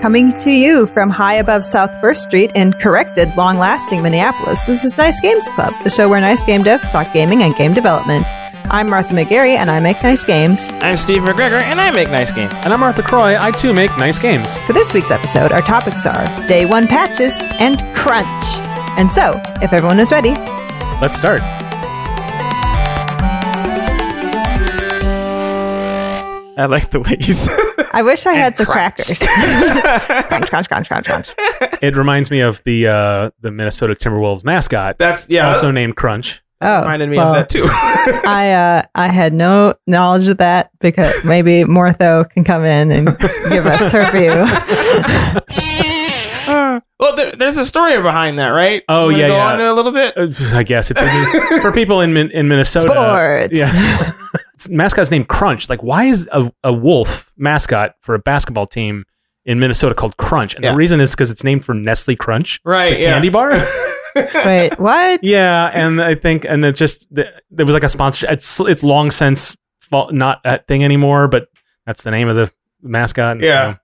Coming to you from high above South First Street in corrected, long lasting Minneapolis, this is Nice Games Club, the show where nice game devs talk gaming and game development. I'm Martha McGarry, and I make nice games. I'm Steve McGregor, and I make nice games. And I'm Arthur Croy. I too make nice games. For this week's episode, our topics are day one patches and crunch. And so, if everyone is ready, Let's start. I like the way you said I wish I had some crackers. crunch, crunch, crunch, crunch, crunch. It reminds me of the uh, the Minnesota Timberwolves mascot, That's, yeah, also named Crunch. Oh, reminded me well, of that too. I uh, I had no knowledge of that because maybe Mortho can come in and give us her view. well, there, there's a story behind that, right? Oh, You wanna yeah, Go yeah. on to a little bit? Uh, I guess it's for people in Min- in Minnesota. Sports. Yeah. It's- mascot's named Crunch. Like, why is a, a wolf mascot for a basketball team in Minnesota called Crunch? And Yeah. the reason is because it's named for Nestle Crunch, Right, the yeah. candy bar. Wait, what? Yeah, and I think, and it just th- there was like a sponsor. It's it's long since fa- not a thing anymore, but that's the name of the mascot. and Yeah. so-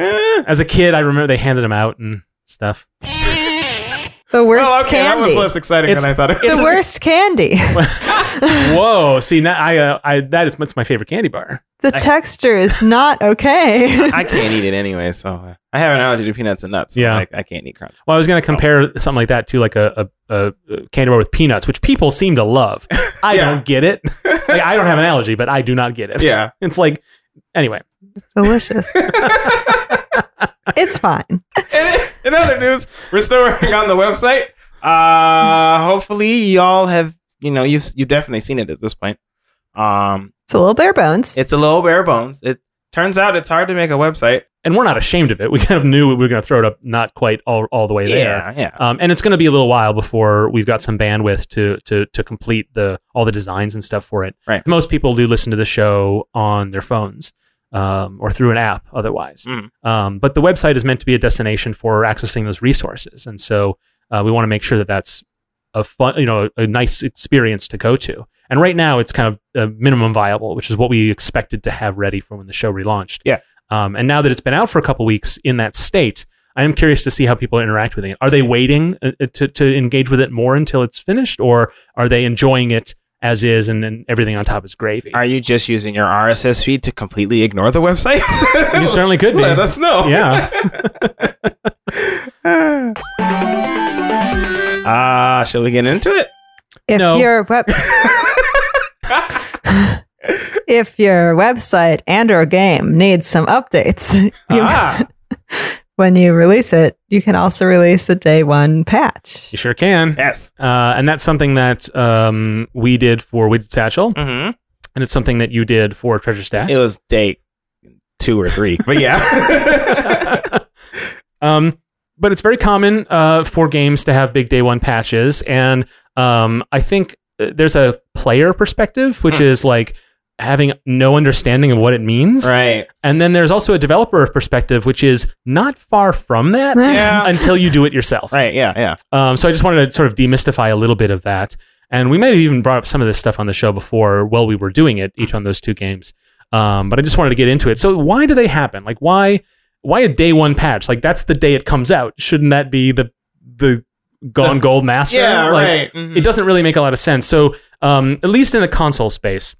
Eh, as a kid, I remember they handed them out and stuff. The worst Well, oh, okay, that was candy. less exciting It's- than I thought it the was. worst candy. Whoa! See, now I, uh, I that is that's my favorite candy bar. The texture is not okay. I can't eat it anyway, so uh, I have an allergy to peanuts and nuts. so, Yeah. like, I can't eat crunch. Well, I was going to compare something like that to like a, a, a candy bar with peanuts, which people seem to love. I Yeah. don't get it. Like, I don't have an allergy, but I do not get it. Yeah. It's like anyway. Delicious. it's fine. And in other news, we're still working on the website. Uh, hopefully, y'all have you know you've you've definitely seen it at this point. Um, It's a little bare bones. it's a little bare bones. It turns out it's hard to make a website. And we're not ashamed of it. We kind of knew we were going to throw it up, not quite all, all the way there. Yeah, yeah. Um, and it's going to be a little while before we've got some bandwidth to to to complete the all the designs and stuff for it. Right. Most people do listen to the show on their phones um, or through an app, otherwise. Mm. Um, but the website is meant to be a destination for accessing those resources, and so uh, we want to make sure that that's a fun, you know, a nice experience to go to. And right now, it's kind of uh, minimum viable, which is what we expected to have ready for when the show relaunched. Yeah. Um, and now that it's been out for a couple weeks in that state, I am curious to see how people interact with it. Are they waiting uh, uh, to, to engage with it more until it's finished, or are they enjoying it as is and, and everything on top is gravy? Are you just using your RSS feed to completely ignore the website? you certainly could be. Let us know. yeah. Ah, shall we get into it? If No. your web If your website and or game needs some updates, you- Ah, when you release it, you can also release a day one patch. You sure can. yes. Uh, and that's something that um, we did for Widget Satchel, hmm and it's something that you did for Treasure Stack. It was day two or three, but yeah. um, but it's very common uh, for games to have big day one patches, and um, I think uh, there's a player perspective, which Hmm. is like having no understanding of what it means, right. and then there's also a developer perspective, which is not far from that Yeah. until you do it yourself. Right. Yeah. Yeah. Um, so I just wanted to sort of demystify a little bit of that. And we might have even brought up some of this stuff on the show before while we were doing it, each on those two games. Um, but I just wanted to get into it. So why do they happen? Like why why a day one patch? Like that's the day it comes out. Shouldn't that be the the gone gold master? Yeah. Like, right. Mhm. it doesn't really make a lot of sense. So, um, at least in the console space,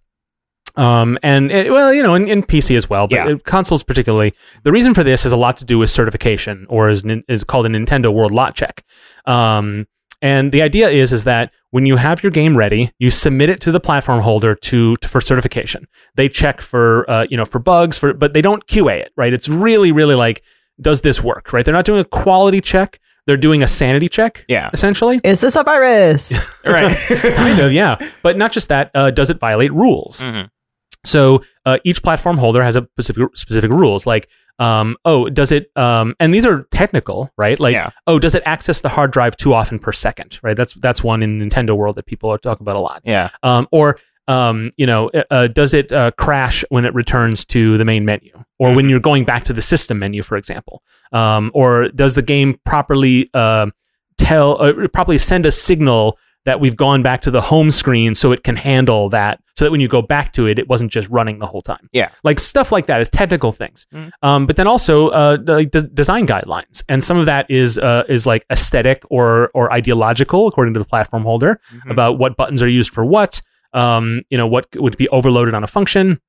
um, and it, well, you know, in, in PC as well, but Yeah. uh, consoles particularly, the reason for this has a lot to do with certification, or is nin- is called a Nintendo World Lot Check. Um, and the idea is is that when you have your game ready, you submit it to the platform holder to, to for certification. They check for uh, you know for bugs for, but they don't QA it. Right? It's really really like does this work? Right? They're not doing a quality check. They're doing a sanity check. Yeah. Essentially Is this a virus? Right. kind of, yeah. But not just that. Uh, does it violate rules? Mhm. So uh, each platform holder has a specific specific rules. Like, um, oh, does it? Um, and these are technical, right? Like, Yeah. oh, does it access the hard drive too often per second? Right. That's that's one in Nintendo world that people are talking about a lot. Yeah. Um, or um, you know, uh, uh, does it uh, crash when it returns to the main menu, or when you're going back to the system menu, for example? Um, or does the game properly uh, tell, uh, properly send a signal that we've gone back to the home screen so it can handle that, so that when you go back to it, it wasn't just running the whole time. Yeah. Like stuff like that is technical things. Mhm. Um, but then also uh, the de- design guidelines. And some of that is uh, is like aesthetic or, or ideological, according to the platform holder Mhm. about what buttons are used for what, um, you know, what would be overloaded on a function.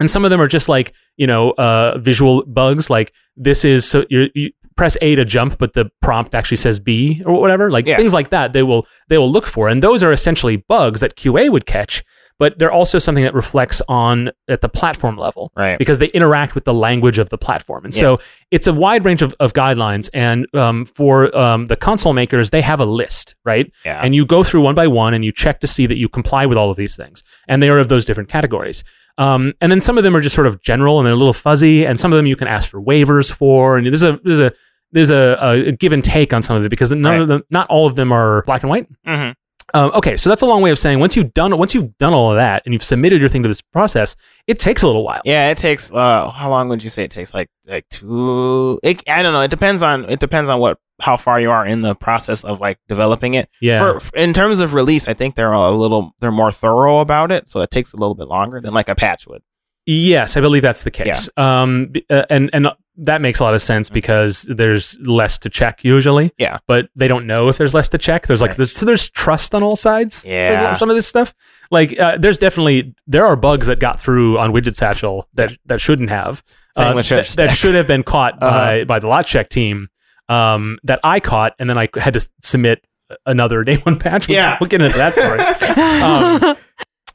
And some of them are just like, you know, uh, visual bugs. Like this is so you you press A to jump, but the prompt actually says B or whatever. Like Yeah. things like that, they will they will look for, and those are essentially bugs that QA would catch. But they're also something that reflects on at the platform level right. because they interact with the language of the platform. And Yeah. so it's a wide range of, of guidelines. And um, for um, the console makers, they have a list, right? Yeah. And you go through one by one and you check to see that you comply with all of these things. And they are of those different categories. Um, and then some of them are just sort of general and they're a little fuzzy. And some of them you can ask for waivers for. And there's a, there's a, there's a, a give and take on some of it because none Right. of them, not all of them are black and white. Mhm. Um, okay, so that's a long way of saying once you've done once you've done all of that and you've submitted your thing to this process, it takes a little while. Yeah, it takes. Uh, how long would you say it takes? Like like two. It, I don't know. It depends on it depends on what how far you are in the process of like developing it. Yeah. For, f- in terms of release, I think they're a little they're more thorough about it, so it takes a little bit longer than like a patch would. Yes, I believe that's the case. Um, b- uh, and and that makes a lot of sense because there's less to check usually. Mm-hmm. Yeah. but they don't know if there's less to check. There's like Right. there's so there's trust on all sides. with Yeah. some of this stuff. Like uh, there's definitely there are bugs that got through on Widget Satchel that that shouldn't have Same uh, with that, Church that Stack. should have been caught Uh-huh. by by the lot check team. Um, that I caught and then I had to s- submit another day one patch. which Yeah. we'll get into that story. Um,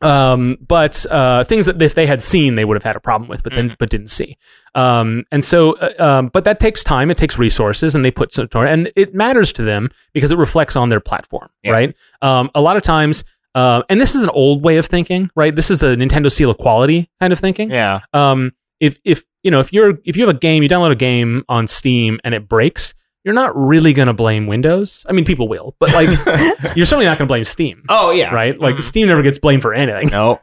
um, but uh, things that if they had seen, they would have had a problem with, but Mm-hmm. then but didn't see. Um, and so, uh, um, but that takes time. It takes resources, and they put some and it matters to them because it reflects on their platform, Yeah. right? Um, a lot of times, uh, and this is an old way of thinking, right? This is the Nintendo seal of quality kind of thinking Yeah. um, if if you know if you're if you have a game, you download a game on Steam and it breaks, you're not really going to blame Windows. I mean, people will, but like you're certainly not going to blame Steam, Oh yeah. right? Like Mhm. Steam never gets blamed for anything. No.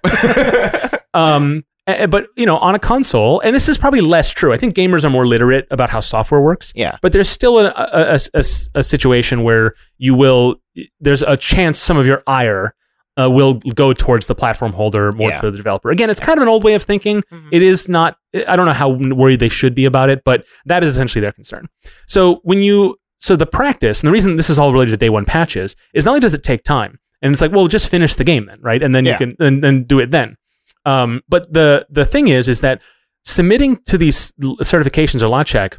Um, eh, eh, but you know, on a console, and this is probably less true. I think gamers are more literate about how software works. yeah. But there's still a, a- a- a- a situation where you will, there's a chance some of your ire uh, will go towards the platform holder more Yeah. to the developer. Again, it's kind of an old way of thinking. Mhm. It is not, I don't know how worried they should be about it, but that is essentially their concern. So when you, so the practice, and the reason this is all related to day one patches is not only does it take time, and it's like, well, just finish the game then, right? And then Yeah. you can, and then do it then. Um, but the, the thing is, is that submitting to these l- certifications or lot check,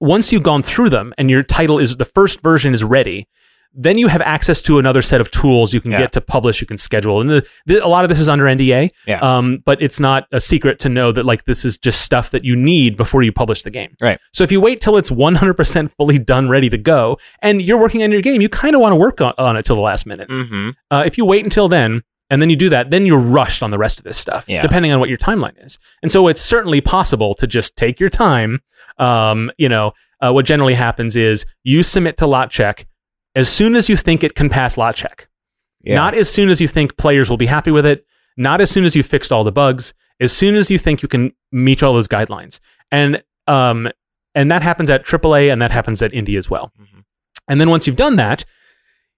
once you've gone through them and your title is the first version is ready, then you have access to another set of tools you can Yeah. get to publish, you can schedule. And the, the, a lot of this is under NDA, Yeah. um, but it's not a secret to know that like this is just stuff that you need before you publish the game. Right. So if you wait till it's 100% fully done, ready to go, and you're working on your game, you kind of want to work on, on it till the last minute. hmm Uh, if you wait until then, and then you do that, then you're rushed on the rest of this stuff, Yeah. depending on what your timeline is. And so it's certainly possible to just take your time. Um, you know, uh, what generally happens is you submit to lot check as soon as you think it can pass lot check, Yeah. not as soon as you think players will be happy with it, not as soon as you fixed all the bugs, as soon as you think you can meet all those guidelines. And um, and that happens at AAA and that happens at indie as well. Mhm. And then once you've done that,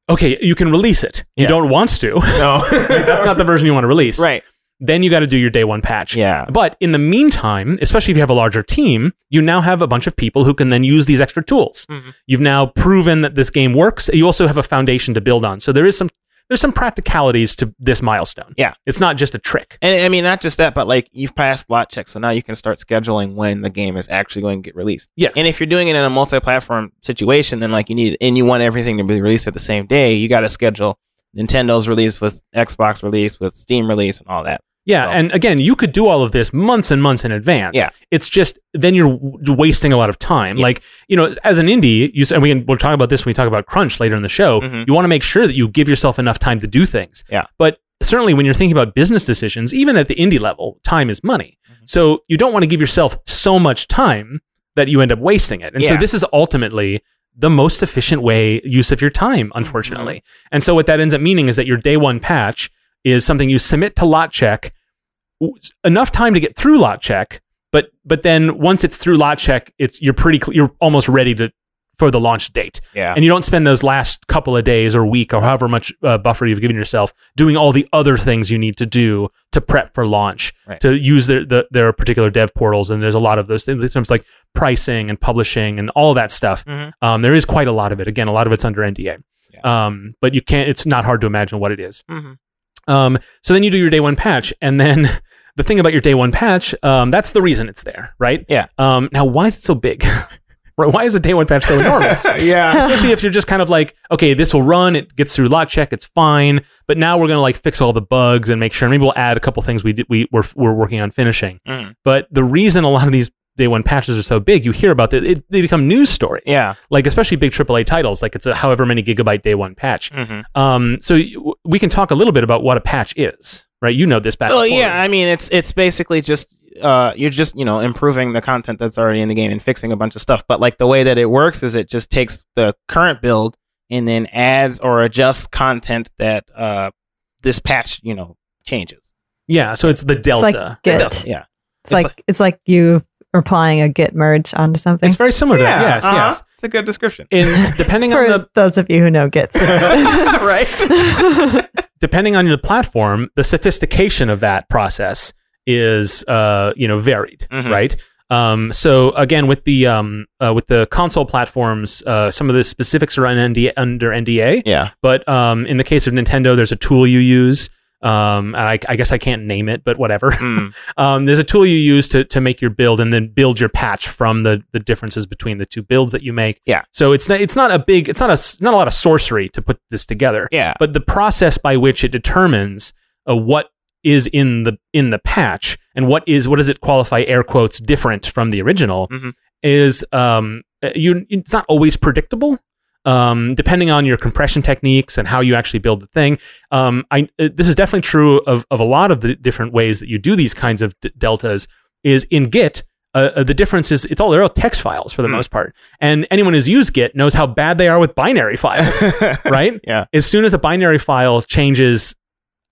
okay, you can release it. You Yeah. don't want to. no. Like, that's not the version you want to release. right. Then you got to do your day one patch. Yeah. But in the meantime, especially if you have a larger team, you now have a bunch of people who can then use these extra tools. Mhm. You've now proven that this game works. You also have a foundation to build on. So there is some there's some practicalities to this milestone. Yeah. It's not just a trick. And I mean, not just that, but like you've passed lot check, so now you can start scheduling when the game is actually going to get released. Yes. And if you're doing it in a multi-platform situation, then like you need and you want everything to be released at the same day, you got to schedule Nintendo's release with Xbox release with Steam release and all that. Yeah, So- and again, you could do all of this months and months in advance. Yeah. it's just then you're w- wasting a lot of time. Yes. Like you know, as an indie, you s- and we can, we'll talk about this when we talk about crunch later in the show. Mhm. You want to make sure that you give yourself enough time to do things. Yeah. but certainly when you're thinking about business decisions, even at the indie level, time is money. Mm-hmm. So you don't want to give yourself so much time that you end up wasting it. And so Yeah. this is ultimately the most efficient way use of your time, unfortunately. And so what that ends up meaning is that your day one patch is something you submit to lot check w- enough time to get through lot check but but then once it's through lot check it's you're pretty cl- you're almost ready to for the launch date. Yeah. And you don't spend those last couple of days or week or however much uh, buffer you've given yourself doing all the other things you need to do to prep for launch, Right. to use their, the, their particular dev portals. And there's a lot of those things, sometimes like pricing and publishing and all that stuff. Mhm. Um, there is quite a lot of it. Again, a lot of it's under NDA. Um, but you can't, it's not hard to imagine what it is. Mhm. Um, so then you do your day one patch, and then the thing about your day one patch, um, that's the reason it's there, right? Yeah. Um, now, why is it so big? Right, why is a day one patch so enormous? yeah. Especially if you're just kind of like, okay, this will run, it gets through lot check, it's fine, but now we're gonna like fix all the bugs and make sure. Maybe we'll add a couple things we did, we we're, we're working on finishing. Mm. But the reason a lot of these day one patches are so big, you hear about that, it, they become news stories. Yeah. Like especially big AAA titles, like it's a however many gigabyte day one patch. Mm-hmm. Um, so y- w- we can talk a little bit about what a patch is, right? You know this patch. Well, yeah. I mean, it's it's basically just uh, you're just you know improving the content that's already in the game and fixing a bunch of stuff. But like the way that it works is it just takes the current build and then adds or adjusts content that uh, this patch you know changes. yeah. So it's the It's delta. like Git. It does, It's, Yeah. it's like, like- it's like you applying a Git merge onto something. it's very similar to that. Yes, uh-huh. yes. It's a good description. And depending For on the those of you who know Gits, right? depending on your platform, the sophistication of that process is uh, you know varied, Mhm. right? Um, so again, with the um, uh, with the console platforms, uh, some of the specifics are on NDA, under NDA. Yeah. But um, in the case of Nintendo, there's a tool you use. Um, and I, I guess I can't name it, but whatever. Mm. Um, there's a tool you use to to make your build and then build your patch from the the differences between the two builds that you make. Yeah. So it's not, it's not a big it's not a s- not a lot of sorcery to put this together. Yeah. But the process by which it determines uh, what is in the in the patch and what is what does it qualify air quotes different from the original Mhm. is um uh, you it's not always predictable. Um, depending on your compression techniques and how you actually build the thing, um, I uh, this is definitely true of of a lot of the different ways that you do these kinds of d- deltas. Is in Git, uh, uh, the difference is it's all they're all text files for the Mm. most part, and anyone who's used Git knows how bad they are with binary files, right? Yeah. As soon as a binary file changes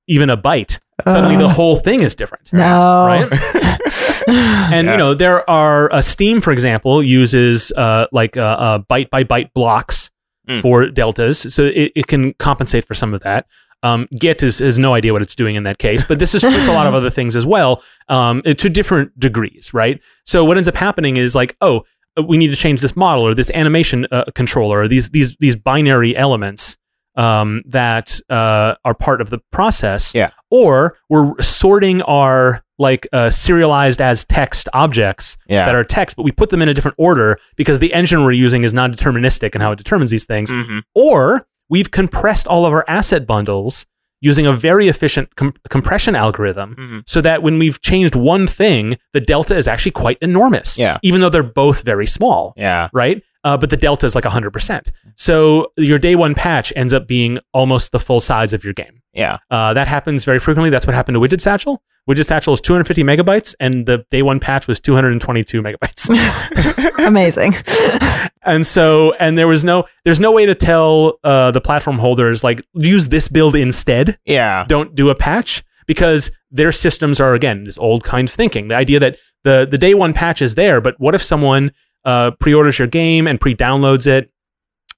even a byte, suddenly the Uh, whole thing is different. no. Right? and Yeah. you know there are uh, steam for example uses uh, like uh, uh, byte by byte blocks Hmm. Mm. for deltas so it, it can compensate for some of that um, git is, has no idea what it's doing in that case but this is true for a lot of other things as well um, uh, to different degrees right so what ends up happening is like oh uh, we need to change this model or this animation uh, controller or these these these binary elements um, that uh, are part of the process or we're sorting our like uh, serialized as text objects Yeah. that are text, but we put them in a different order because the engine we're using is non-deterministic and how it determines these things. Mhm. Or we've compressed all of our asset bundles using a very efficient com- compression algorithm, Mhm. so that when we've changed one thing, the delta is actually quite enormous. Yeah. even though they're both very small Yeah. right? Uh, but the delta is like 100%. So your day one patch ends up being almost the full size of your game. Yeah. Uh, that happens very frequently. That's what happened to Widget Satchel. Widget Satchel is 250 megabytes, and the day one patch was 222 megabytes. Amazing. and so, and there was no, there's no way to tell uh, the platform holders like use this build instead. Yeah. Don't do a patch because their systems are again this old kind of thinking. The idea that the the day one patch is there, but what if someone uh, pre-orders your game and pre-downloads it,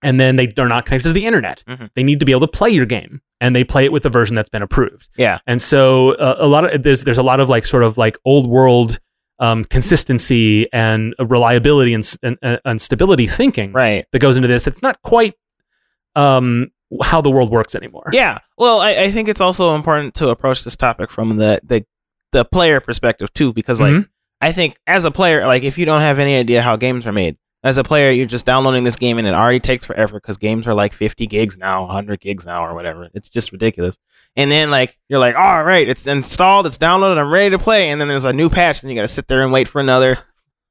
and then they are not connected to the internet? Mhm. They need to be able to play your game, and they play it with the version that's been approved. Yeah. And so uh, a lot of there's there's a lot of like sort of like old world um, consistency and reliability and, s- and uh, and stability thinking Right. that goes into this. It's not quite um, how the world works anymore. Yeah. Well, I, I think it's also important to approach this topic from the the, the player perspective too, because like Mhm. I think as a player, like if you don't have any idea how games are made, as a player, you're just downloading this game and it already takes forever because games are like 50 gigs now, 100 gigs now, or whatever. It's just ridiculous. And then like you're like, all right, it's installed, it's downloaded, I'm ready to play. And then there's a new patch, and you got to sit there and wait for another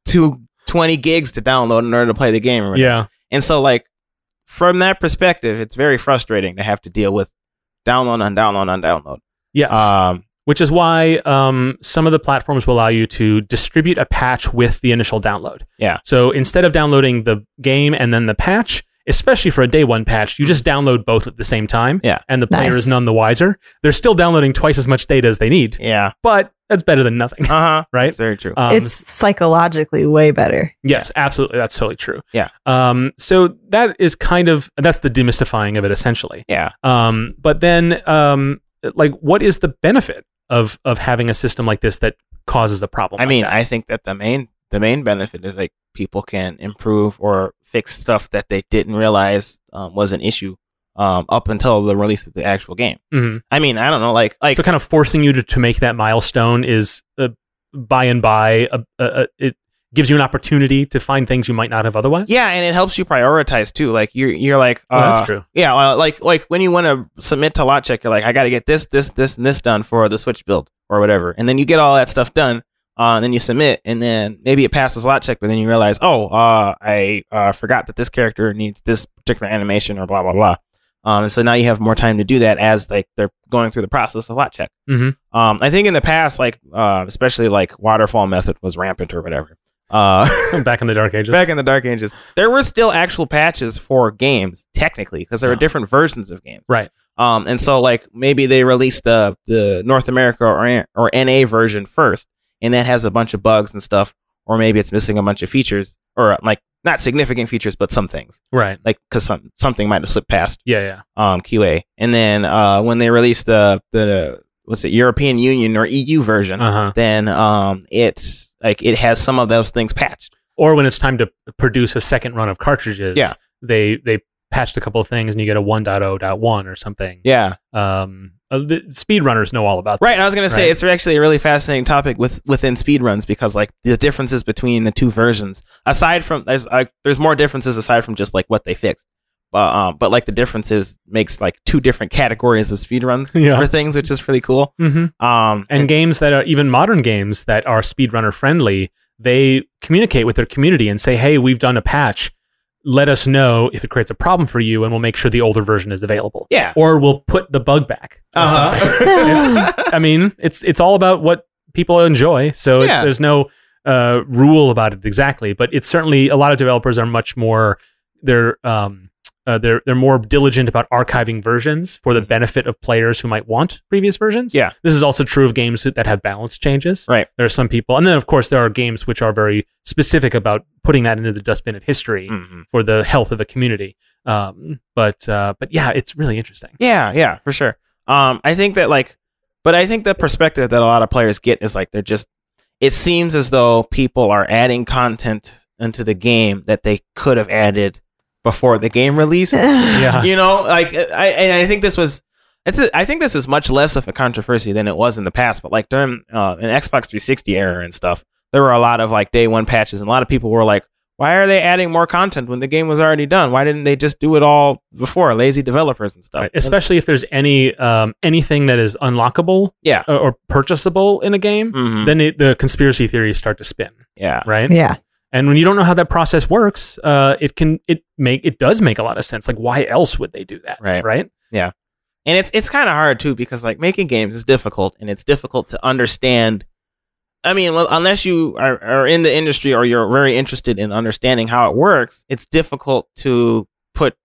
two 20 gigs to download in order to play the game. Or whatever. Yeah. And so, like, from that perspective, it's very frustrating to have to deal with download on download on download. Yes. Um, Which is why um, some of the platforms will allow you to distribute a patch with the initial download. Yeah. So instead of downloading the game and then the patch, especially for a day one patch, you just download both at the same time. Yeah. And the player Nice. is none the wiser. They're still downloading twice as much data as they need, Yeah. but that's better than nothing. Uh huh. Right? That's very true. Um, it's psychologically way better. Yes, absolutely. That's totally true. Yeah. Um, so that is kind of that's the demystifying of it essentially. yeah. Um, but then um, like what is the benefit of of having a system like this that causes a problem? I like mean, that? I think that the main the main benefit is like people can improve or fix stuff that they didn't realize um, was an issue um, up until the release of the actual game. Mhm. I mean, I don't know, like like so kind of forcing you to, to make that milestone is uh, by and by a, a, a, it gives you an opportunity to find things you might not have otherwise. yeah, and it helps you prioritize too. Like you're you're like Oh, uh, that's true. Yeah, uh, like like when you want to submit to lot check, you're like, I got to get this, this, this, and this done for the switch build or whatever, and then you get all that stuff done. Uh, and then you submit, and then maybe it passes lot check, but then you realize, oh, uh, I uh, forgot that this character needs this particular animation or blah blah blah. Um, and so now you have more time to do that as like they're going through the process of lot check. Mhm. Um, I think in the past, like uh, especially like waterfall method was rampant or whatever. Uh, Back in the dark ages. back in the dark ages there were still actual patches for games technically because there were Yeah. different versions of games Right. um and so like maybe they released the the north america or, or na version first and that has a bunch of bugs and stuff or maybe it's missing a bunch of features or like not significant features but some things right. like because some, something might have slipped past Yeah. Yeah. um qa and then uh when they released the the what's it european union or eu version Uh huh. then um it's like it has some of those things patched or when it's time to produce a second run of cartridges, Yeah. they they patched a couple of things and you get a 1.0.1 or something. yeah Um, uh, the speedrunners know all about Right, this, I was gonna say right? it's actually a really fascinating topic with within speedruns because like the differences between the two versions. Aside from there's like there's more differences aside from just like what they fixed, but um, but like the differences makes like two different categories of speedruns Yeah. for things, which is pretty cool. Mhm. Um, and games that are even modern games that are speedrunner friendly, they communicate with their community and say, "Hey, we've done a patch. Let us know if it creates a problem for you, and we'll make sure the older version is available, yeah, or we'll put the bug back." or something. uh-huh. I mean, it's it's all about what people enjoy. So it's, Yeah. there's no uh, rule about it exactly, but it's certainly a lot of developers are much more they're um, uh, they're they're more diligent about archiving versions for the Mm-hmm. benefit of players who might want previous versions. Yeah. this is also true of games that have balance changes. Right. there are some people, and then of course there are games which are very specific about putting that into the dustbin of history Mhm. for the health of a community. Um, but uh, but yeah, it's really interesting. yeah, yeah, for sure. Um, I think that like, but I think the perspective that a lot of players get is like they're just. It seems as though people are adding content into the game that they could have added before the game release. Yeah. you know, like I and I think this was it's a, I think this is much less of a controversy than it was in the past. But like during uh, an Xbox 360 era and stuff, there were a lot of like day one patches, and a lot of people were like, "Why are they adding more content when the game was already done? Why didn't they just do it all before?" Lazy developers and stuff. Right. Especially if there's any um, anything that is unlockable, Yeah. or, or purchasable in a game, Mhm. then it, the conspiracy theories start to spin, yeah, right? Yeah. And when you don't know how that process works, uh, it can it make it does make a lot of sense. Like, why else would they do that, Right. Right? and it's it's kind of hard too because like making games is difficult and it's difficult to understand i mean well, unless you are, are in the industry or you're very interested in understanding how it works it's difficult to put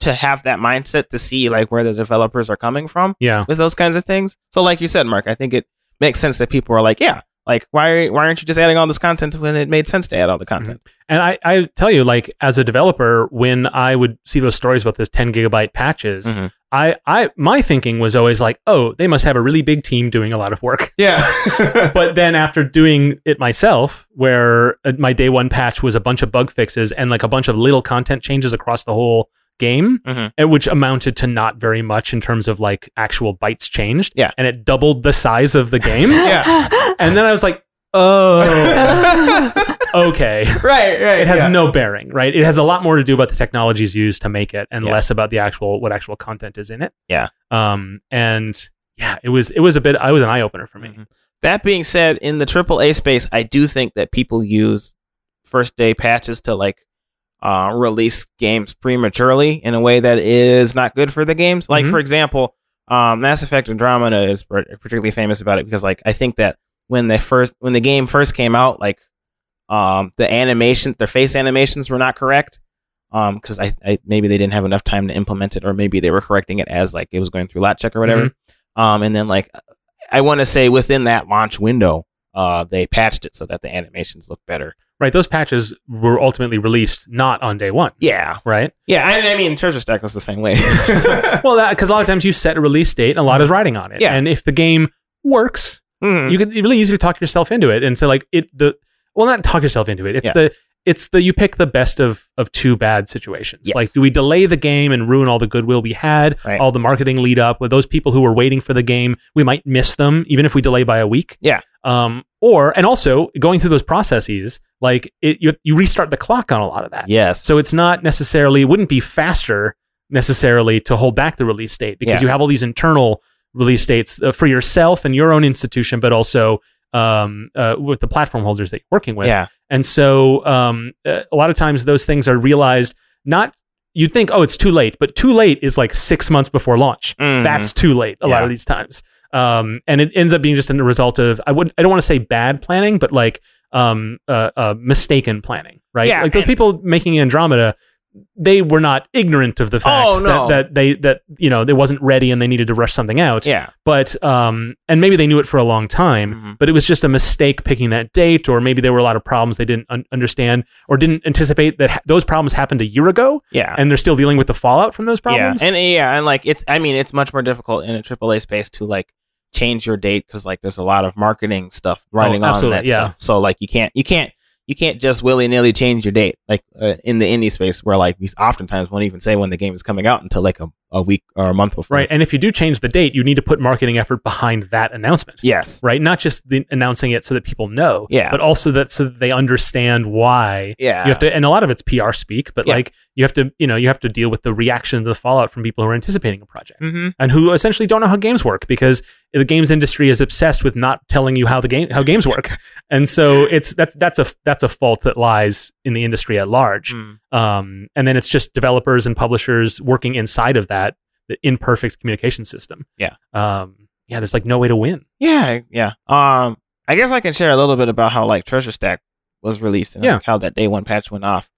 to have that mindset to see like where the developers are coming from Yeah, with those kinds of things so like you said mark i think it makes sense that people are like yeah like why why aren't you just adding all this content when it made sense to add all the content and I I tell you, like as a developer, when I would see those stories about those ten gigabyte patches. Mhm. I, I my thinking was always like, oh, they must have a really big team doing a lot of work. yeah but then after doing it myself, where uh, my day one patch was a bunch of bug fixes and like a bunch of little content changes across the whole game, Mhm. and which amounted to not very much in terms of like actual bytes changed. Yeah. And it doubled the size of the game. yeah and then I was like, oh, okay. right right It has yeah. no bearing, right? It has a lot more to do about the technologies used to make it and Yeah. less about the actual what actual content is in it. Yeah. Um and yeah, it was it was a bit I was an eye opener for me. Mhm. That being said, in the AAA space, I do think that people use first day patches to like uh, release games prematurely in a way that is not good for the games. Like Mhm. for example, um, Mass Effect Andromeda is par- particularly famous about it because like I think that when the first when the game first came out, like um, the animation, their face animations were not correct. um because I, I maybe they didn't have enough time to implement it or maybe they were correcting it as like it was going through lot check or whatever Mm-hmm. um and then like i want to say within that launch window uh they patched it so that the animations look better Right. Those patches were ultimately released not on day one. yeah Right. yeah i, I mean treasure stack was the same way well, that because a lot of times you set a release date and a lot is riding on it. Mm-hmm. Yeah. And if the game works, Mhm. you can you really easily talk yourself into it and so like it the well not talk yourself into it it's Yeah. the it's the you pick the best of of two bad situations Yes. like do we delay the game and ruin all the goodwill we had Right. all the marketing lead up with those people who were waiting for the game we might miss them even if we delay by a week Yeah. um or and also going through those processes like it you, you restart the clock on a lot of that yes so it's not necessarily it wouldn't be faster necessarily to hold back the release date because Yeah. you have all these internal release dates uh, for yourself and your own institution, but also um, uh, with the platform holders that you're working with. yeah And so um, uh, a lot of times those things are realized not you'd think oh it's too late, but too late is like six months before launch. Mhm. That's too late a lot Yeah. of these times. Um, and it ends up being just a result of I would I don't want to say bad planning, but like um, uh, uh, mistaken planning, right? Yeah, like those and- people making Andromeda, they were not ignorant of the facts Oh, no. that, that they that you know it wasn't ready and they needed to rush something out. yeah But um, and maybe they knew it for a long time, Mhm. but it was just a mistake picking that date, or maybe there were a lot of problems they didn't un- understand or didn't anticipate that ha- those problems happened a year ago, yeah and they're still dealing with the fallout from those problems. Yeah, and uh, yeah, and like it's. I mean, it's much more difficult in a AAA space to like change your date because like there's a lot of marketing stuff riding on Oh, absolutely, that yeah. stuff. So like you can't, you can't, you can't just willy nilly change your date like uh, in the indie space where like we oftentimes won't even say when the game is coming out until like a, a week or a month before. Right. And if you do change the date, you need to put marketing effort behind that announcement. Yes. Right. Not just the announcing it so that people know. Yeah. But also that so that they understand why. Yeah. You have to and a lot of it's PR speak, but Yeah. like you have to you know, you have to deal with the reaction to the fallout from people who are anticipating a project Mm-hmm. and who essentially don't know how games work because the games industry is obsessed with not telling you how the game how games work. And so it's that's that's a that's a fault that lies in the industry at large Mm-hmm. Mm. um, and then it's just developers and publishers working inside of that the imperfect communication system. Yeah. um, yeah. There's like no way to win. Yeah. Yeah. Um. I guess I can share a little bit about how like Treasure Stack was released and Yeah. like, how that day one patch went off.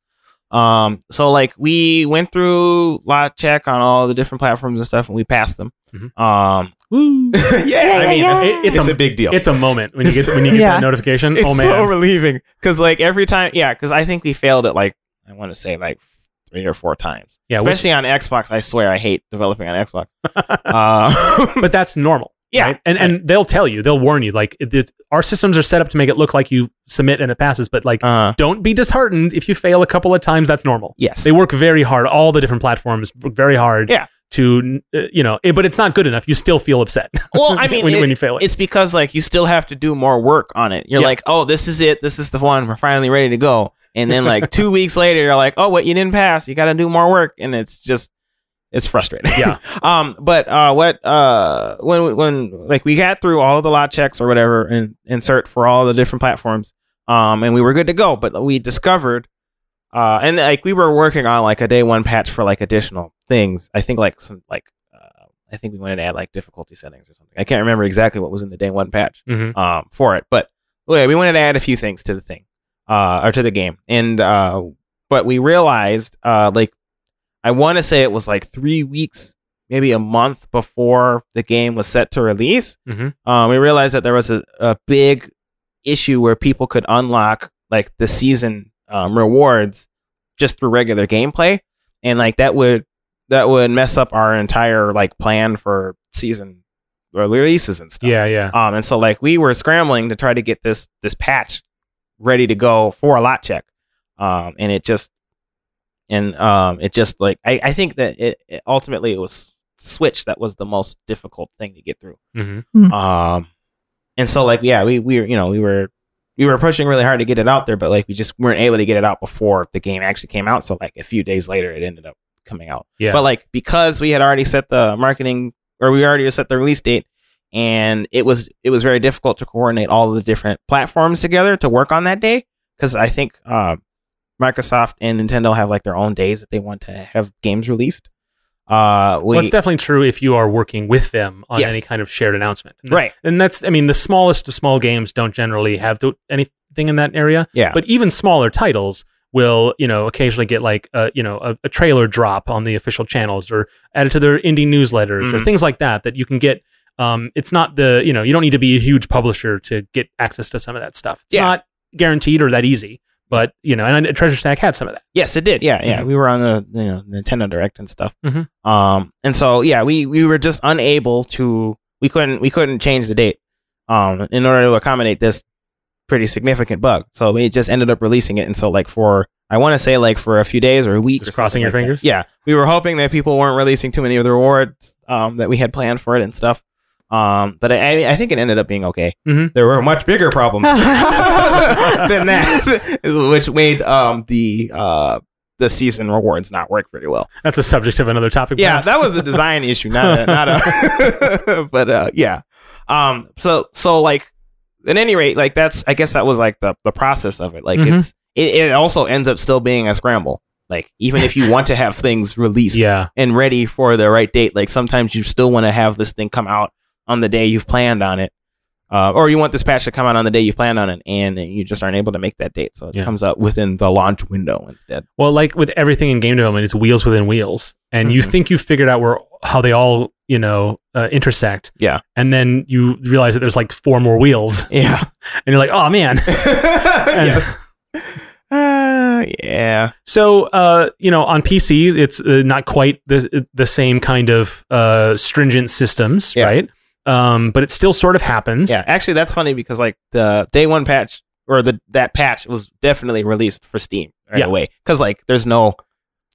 Um, so like we went through lot check on all the different platforms and stuff, and we passed them. Mhm. Um, Woo! yeah, Yeah, I yeah, mean, yeah. It- it's, It's, a, a big deal. it's a moment when you get when you get Yeah. that notification. It's oh man, so relieving because like every time, yeah, because I think we failed it like I want to say like three or four times, yeah. which- especially on Xbox. I swear, I hate developing on Xbox. uh, but that's normal. Yeah. right? and and they'll tell you, they'll warn you. Like it, it's, our systems are set up to make it look like you submit and it passes, but like uh, don't be disheartened if you fail a couple of times. That's normal. yes, They work very hard. All the different platforms work very hard. Yeah. To uh, you know, it, but it's not good enough. You still feel upset. Well, I mean, when, you- it- when you fail it, it's because like you still have to do more work on it. You're Yeah. like, oh, this is it. This is the one. We're finally ready to go. And then like two weeks later, you're like, oh, what you didn't pass. You got to do more work, and it's just it's frustrating. Yeah. um. But uh, what uh, when we- when like we got through all of the lot checks or whatever, and insert for all the different platforms, um, and we were good to go. But we discovered. Uh, and like we were working on like a day one patch for like additional things. I think like some like uh, I think we wanted to add like difficulty settings or something. I can't remember exactly what was in the day one patch Mhm. um, for it, but well, yeah, we wanted to add a few things to the thing uh, or to the game, and uh, but we realized uh, like I want to say it was like three weeks, maybe a month before the game was set to release. Mhm. Um, we realized that there was a, a big issue where people could unlock like the season um, rewards just through regular gameplay, and like that would that would mess up our entire like plan for season or releases and stuff. Yeah, yeah. Um, and so like we were scrambling to try to get this this patch ready to go for a lot check. Um, and it just and um, it just like I, I think that it, it ultimately it was Switch that was the most difficult thing to get through. Mm-hmm. Um, and so like yeah, we we were, you know we were we were pushing really hard to get it out there, but like we just weren't able to get it out before the game actually came out. So like a few days later, it ended up coming out. Yeah. But like because we had already set the marketing or we already set the release date and it was it was very difficult to coordinate all the different platforms together to work on that day cuz I think uh, Microsoft and Nintendo have like their own days that they want to have games released. Uh we well, it's definitely true if you are working with them on Yes. any kind of shared announcement. And right. And that's, I mean, the smallest of small games don't generally have the, anything in that area. Yeah. But even smaller titles will you know occasionally get like a you know a, a trailer drop on the official channels or added to their indie newsletters or Mhm. things like that that you can get. Um, it's not the you know you don't need to be a huge publisher to get access to some of that stuff. It's Yeah. not guaranteed or that easy, but you know, and, and Treasure Stack had some of that. Yes, it did. Yeah, yeah. Mhm. We were on the you know Nintendo Direct and stuff. Mhm. Um, and so yeah, we we were just unable to. We couldn't we couldn't change the date. Um, in order to accommodate this pretty significant bug, so we just ended up releasing it. And so like for I want to say like for a few days or a week, Just or something crossing your like that. fingers? Yeah, we were hoping that people weren't releasing too many of the rewards um, that we had planned for it and stuff. Um, but I, I think it ended up being okay. Mhm. There were much bigger problems than that, which made um, the uh, the season rewards not work very well. That's the subject of another topic. Yeah, perhaps. that was a design issue, not a, not a. but uh, yeah, um, so so like at any rate, like that's I guess that was like the the process of it. Like Mhm. it's it, it also ends up still being a scramble. Like even if you want to have things released yeah. and ready for the right date. Like sometimes you still want to have this thing come out on the day you've planned on it, uh, or you want this patch to come out on the day you've planned on it, and you just aren't able to make that date, so it Yeah. comes out within the launch window instead. Well, like with everything in game development, it's wheels within wheels, and you Mhm. think you figured out where how they all you know uh, intersect. Yeah. and then you realize that there's like four more wheels, Yeah. and you're like, oh man. yes. Uh, yeah. So, uh, you know, on PC, it's uh, not quite the the same kind of uh, stringent systems, Yeah. right? Um, but it still sort of happens. Yeah. Actually, that's funny because like the day one patch or the that patch was definitely released for Steam right Yeah. away because like there's no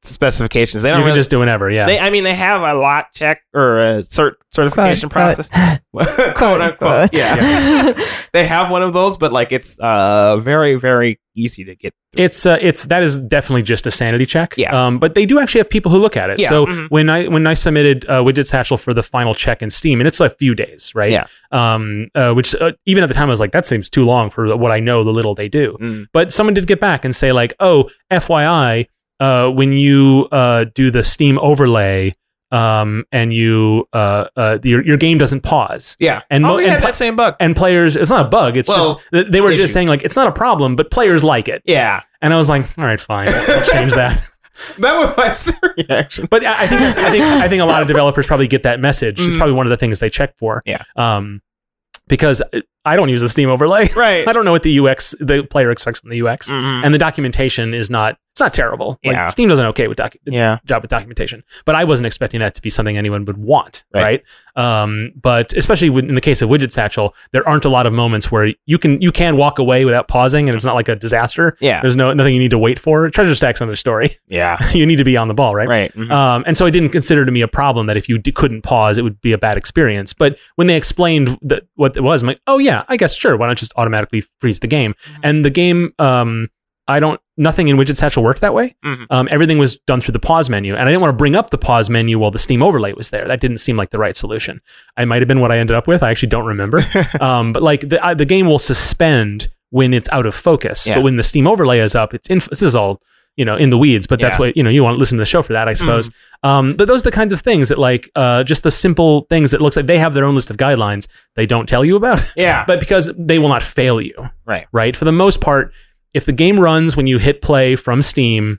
specifications. They you don't can really just do whenever. Yeah, They, I mean, they have a lot check or a cert certification Quote, process, quote, unquote. Yeah. they have one of those, but like it's uh very very easy to get. Through. It's uh, it's that is definitely just a sanity check. Yeah. Um, but they do actually have people who look at it. Yeah, So mhm. when I when I submitted uh, Widget Satchel for the final check in Steam, and it's a few days, right? Yeah. Um, uh, which uh, even at the time I was like, that seems too long for what I know. The little they do. Mm. But someone did get back and say like, oh, FYI, uh, when you uh, do the Steam overlay, um, and you uh, uh, your your game doesn't pause. yeah, And oh, mo- we and had pla- that same bug. And players, it's not a bug. It's Well, just th- they were issue. just saying like it's not a problem, but players like it. Yeah, And I was like, all right, fine, I'll change that. that was my serious reaction. But I I think that's, I think I think a lot of developers probably get that message. It's Mhm. probably one of the things they check for. Yeah. Um, because I don't use the Steam overlay. Right. I don't know what the UX, the player expects from the UX, Mhm. and the documentation is not. It's not terrible. Like, Yeah. Steam doesn't okay with doc- yeah, job with documentation, but I wasn't expecting that to be something anyone would want, Right. right? Um, but especially with, in the case of Widget Satchel, there aren't a lot of moments where you can you can walk away without pausing, and it's not like a disaster. yeah, There's no nothing you need to wait for. Treasure Stack's another story. yeah. you need to be on the ball, right? Right. Mhm. Um, and so I didn't consider to me a problem that if you d- couldn't pause, it would be a bad experience. But when they explained that what it was, I'm like, oh yeah, I guess sure. Why not just automatically freeze the game? Mm-hmm. And the game, um, I don't. Nothing in Widget Satchel worked that way. Mhm. Um, everything was done through the pause menu, and I didn't want to bring up the pause menu while the Steam overlay was there. That didn't seem like the right solution. I might have been what I ended up with. I actually don't remember. um, but like the I the game will suspend when it's out of focus, Yeah. but when the Steam overlay is up, it's in. This is all you know in the weeds, but that's Yeah. what you know. You want to listen to the show for that, I suppose. Mm. Um, but those are the kinds of things that like uh, just the simple things that looks like they have their own list of guidelines. They don't tell you about. yeah, but because they will not fail you. Right. Right. For the most part, if the game runs when you hit play from Steam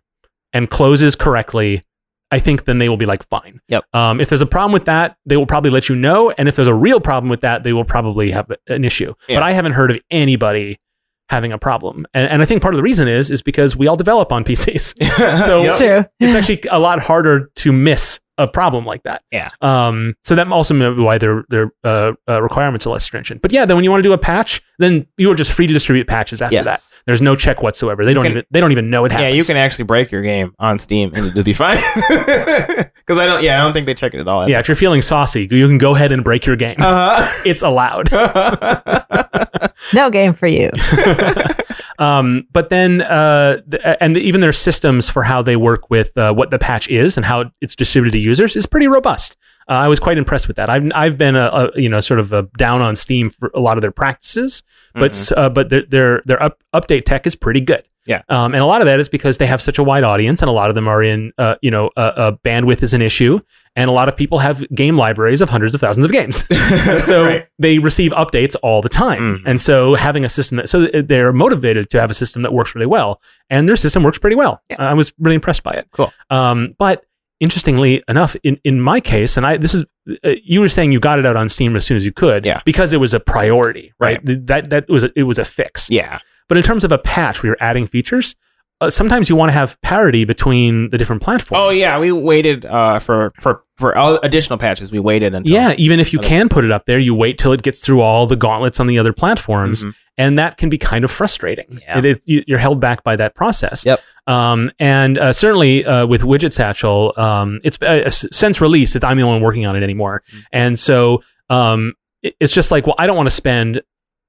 and closes correctly, I think then they will be like fine. Yep. Um, if there's a problem with that, they will probably let you know, and if there's a real problem with that, they will probably have an issue. Yeah. But I haven't heard of anybody having a problem, and, and I think part of the reason is is because we all develop on PCs So- It's Yep. true. it's actually a lot harder to miss a problem like that. Yeah. Um. So that also may be why their their uh, uh, requirements are less stringent. But yeah, then when you want to do a patch, then you are just free to distribute patches after Yes. that. There's no check whatsoever. They don't can- even they don't even know it happens. yeah, you can actually break your game on Steam and it'll be fine. Because I don't, yeah, I don't think they check it at all. Yeah, if you're feeling saucy, you can go ahead and break your game. Uh-huh. it's allowed. No game for you. Um, but then, uh, th- and even their systems for how they work with uh, what the patch is and how it's distributed to users is pretty robust. Uh, I was quite impressed with that. I've I've been a, a you know sort of a down on Steam for a lot of their practices, but Mhm. s- uh, but their their their up, update tech is pretty good. Yeah. um, and a lot of that is because they have such a wide audience, and a lot of them are in uh, you know uh, uh, bandwidth is an issue, and a lot of people have game libraries of hundreds of thousands of games. so Right. they receive updates all the time. Mhm. And so having a system that, so th- uh, they're motivated to have a system that works really well. And their system works pretty well. Yeah. I was really impressed by it. Cool. Um, but interestingly enough, in, in my case, and I, this is, uh, you were saying you got it out on Steam as soon as you could Yeah. because it was a priority, right? Right. Th- That, that was, a, it was a fix. yeah. But in terms of a patch where you're adding features, uh, sometimes you want to have parity between the different platforms. Oh yeah, we waited uh, for for for all additional patches. We waited until Yeah, even if you other- can put it up there, you wait till it gets through all the gauntlets on the other platforms, Mhm. and that can be kind of frustrating. Yeah. It, it, you, you're held back by that process. Yep. Um, and uh, certainly uh, with Widget Satchel, um, it's uh, s- since release, it's, I'm the only one working on it anymore, Mm-hmm. and so um, it- it's just like, well, I don't want to spend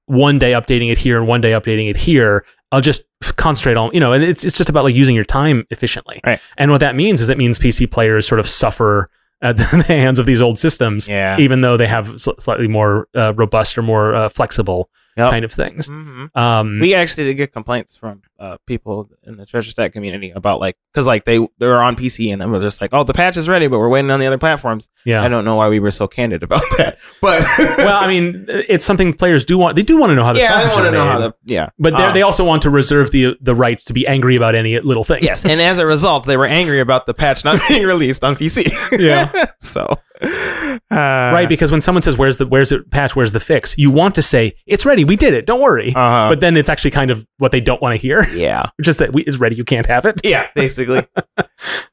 one day updating it here and one day updating it here. I'll just f- concentrate on you know, and it's it's just about like using your time efficiently. Right. And what that means is it means PC players sort of suffer at the hands of these old systems yeah. even though they have sl- slightly more uh, robust or more uh, flexible Yep. kind of things. Mhm. Um, We actually did get complaints from uh, people in the treasure stack community about like because like they they were on PC and they were just like, oh, the patch is ready, but we're waiting on the other platforms. I yeah. don't know why we were so candid about that, but well, I mean, it's something players do want. They do want to know how the yeah, I sausage want is to know made, how the yeah, but they're- Um, they also want to reserve the the right to be angry about any little thing. yes, and as a result, they were angry about the patch not being released on PC. Yeah. so uh, right. Because when someone says, "Where's the where's the patch? Where's the fix?" You want to say, "It's ready. We did it. Don't worry." uh but then it's actually kind of what they don't want to hear, yeah, just that we, it's ready. You can't have it, yeah, basically,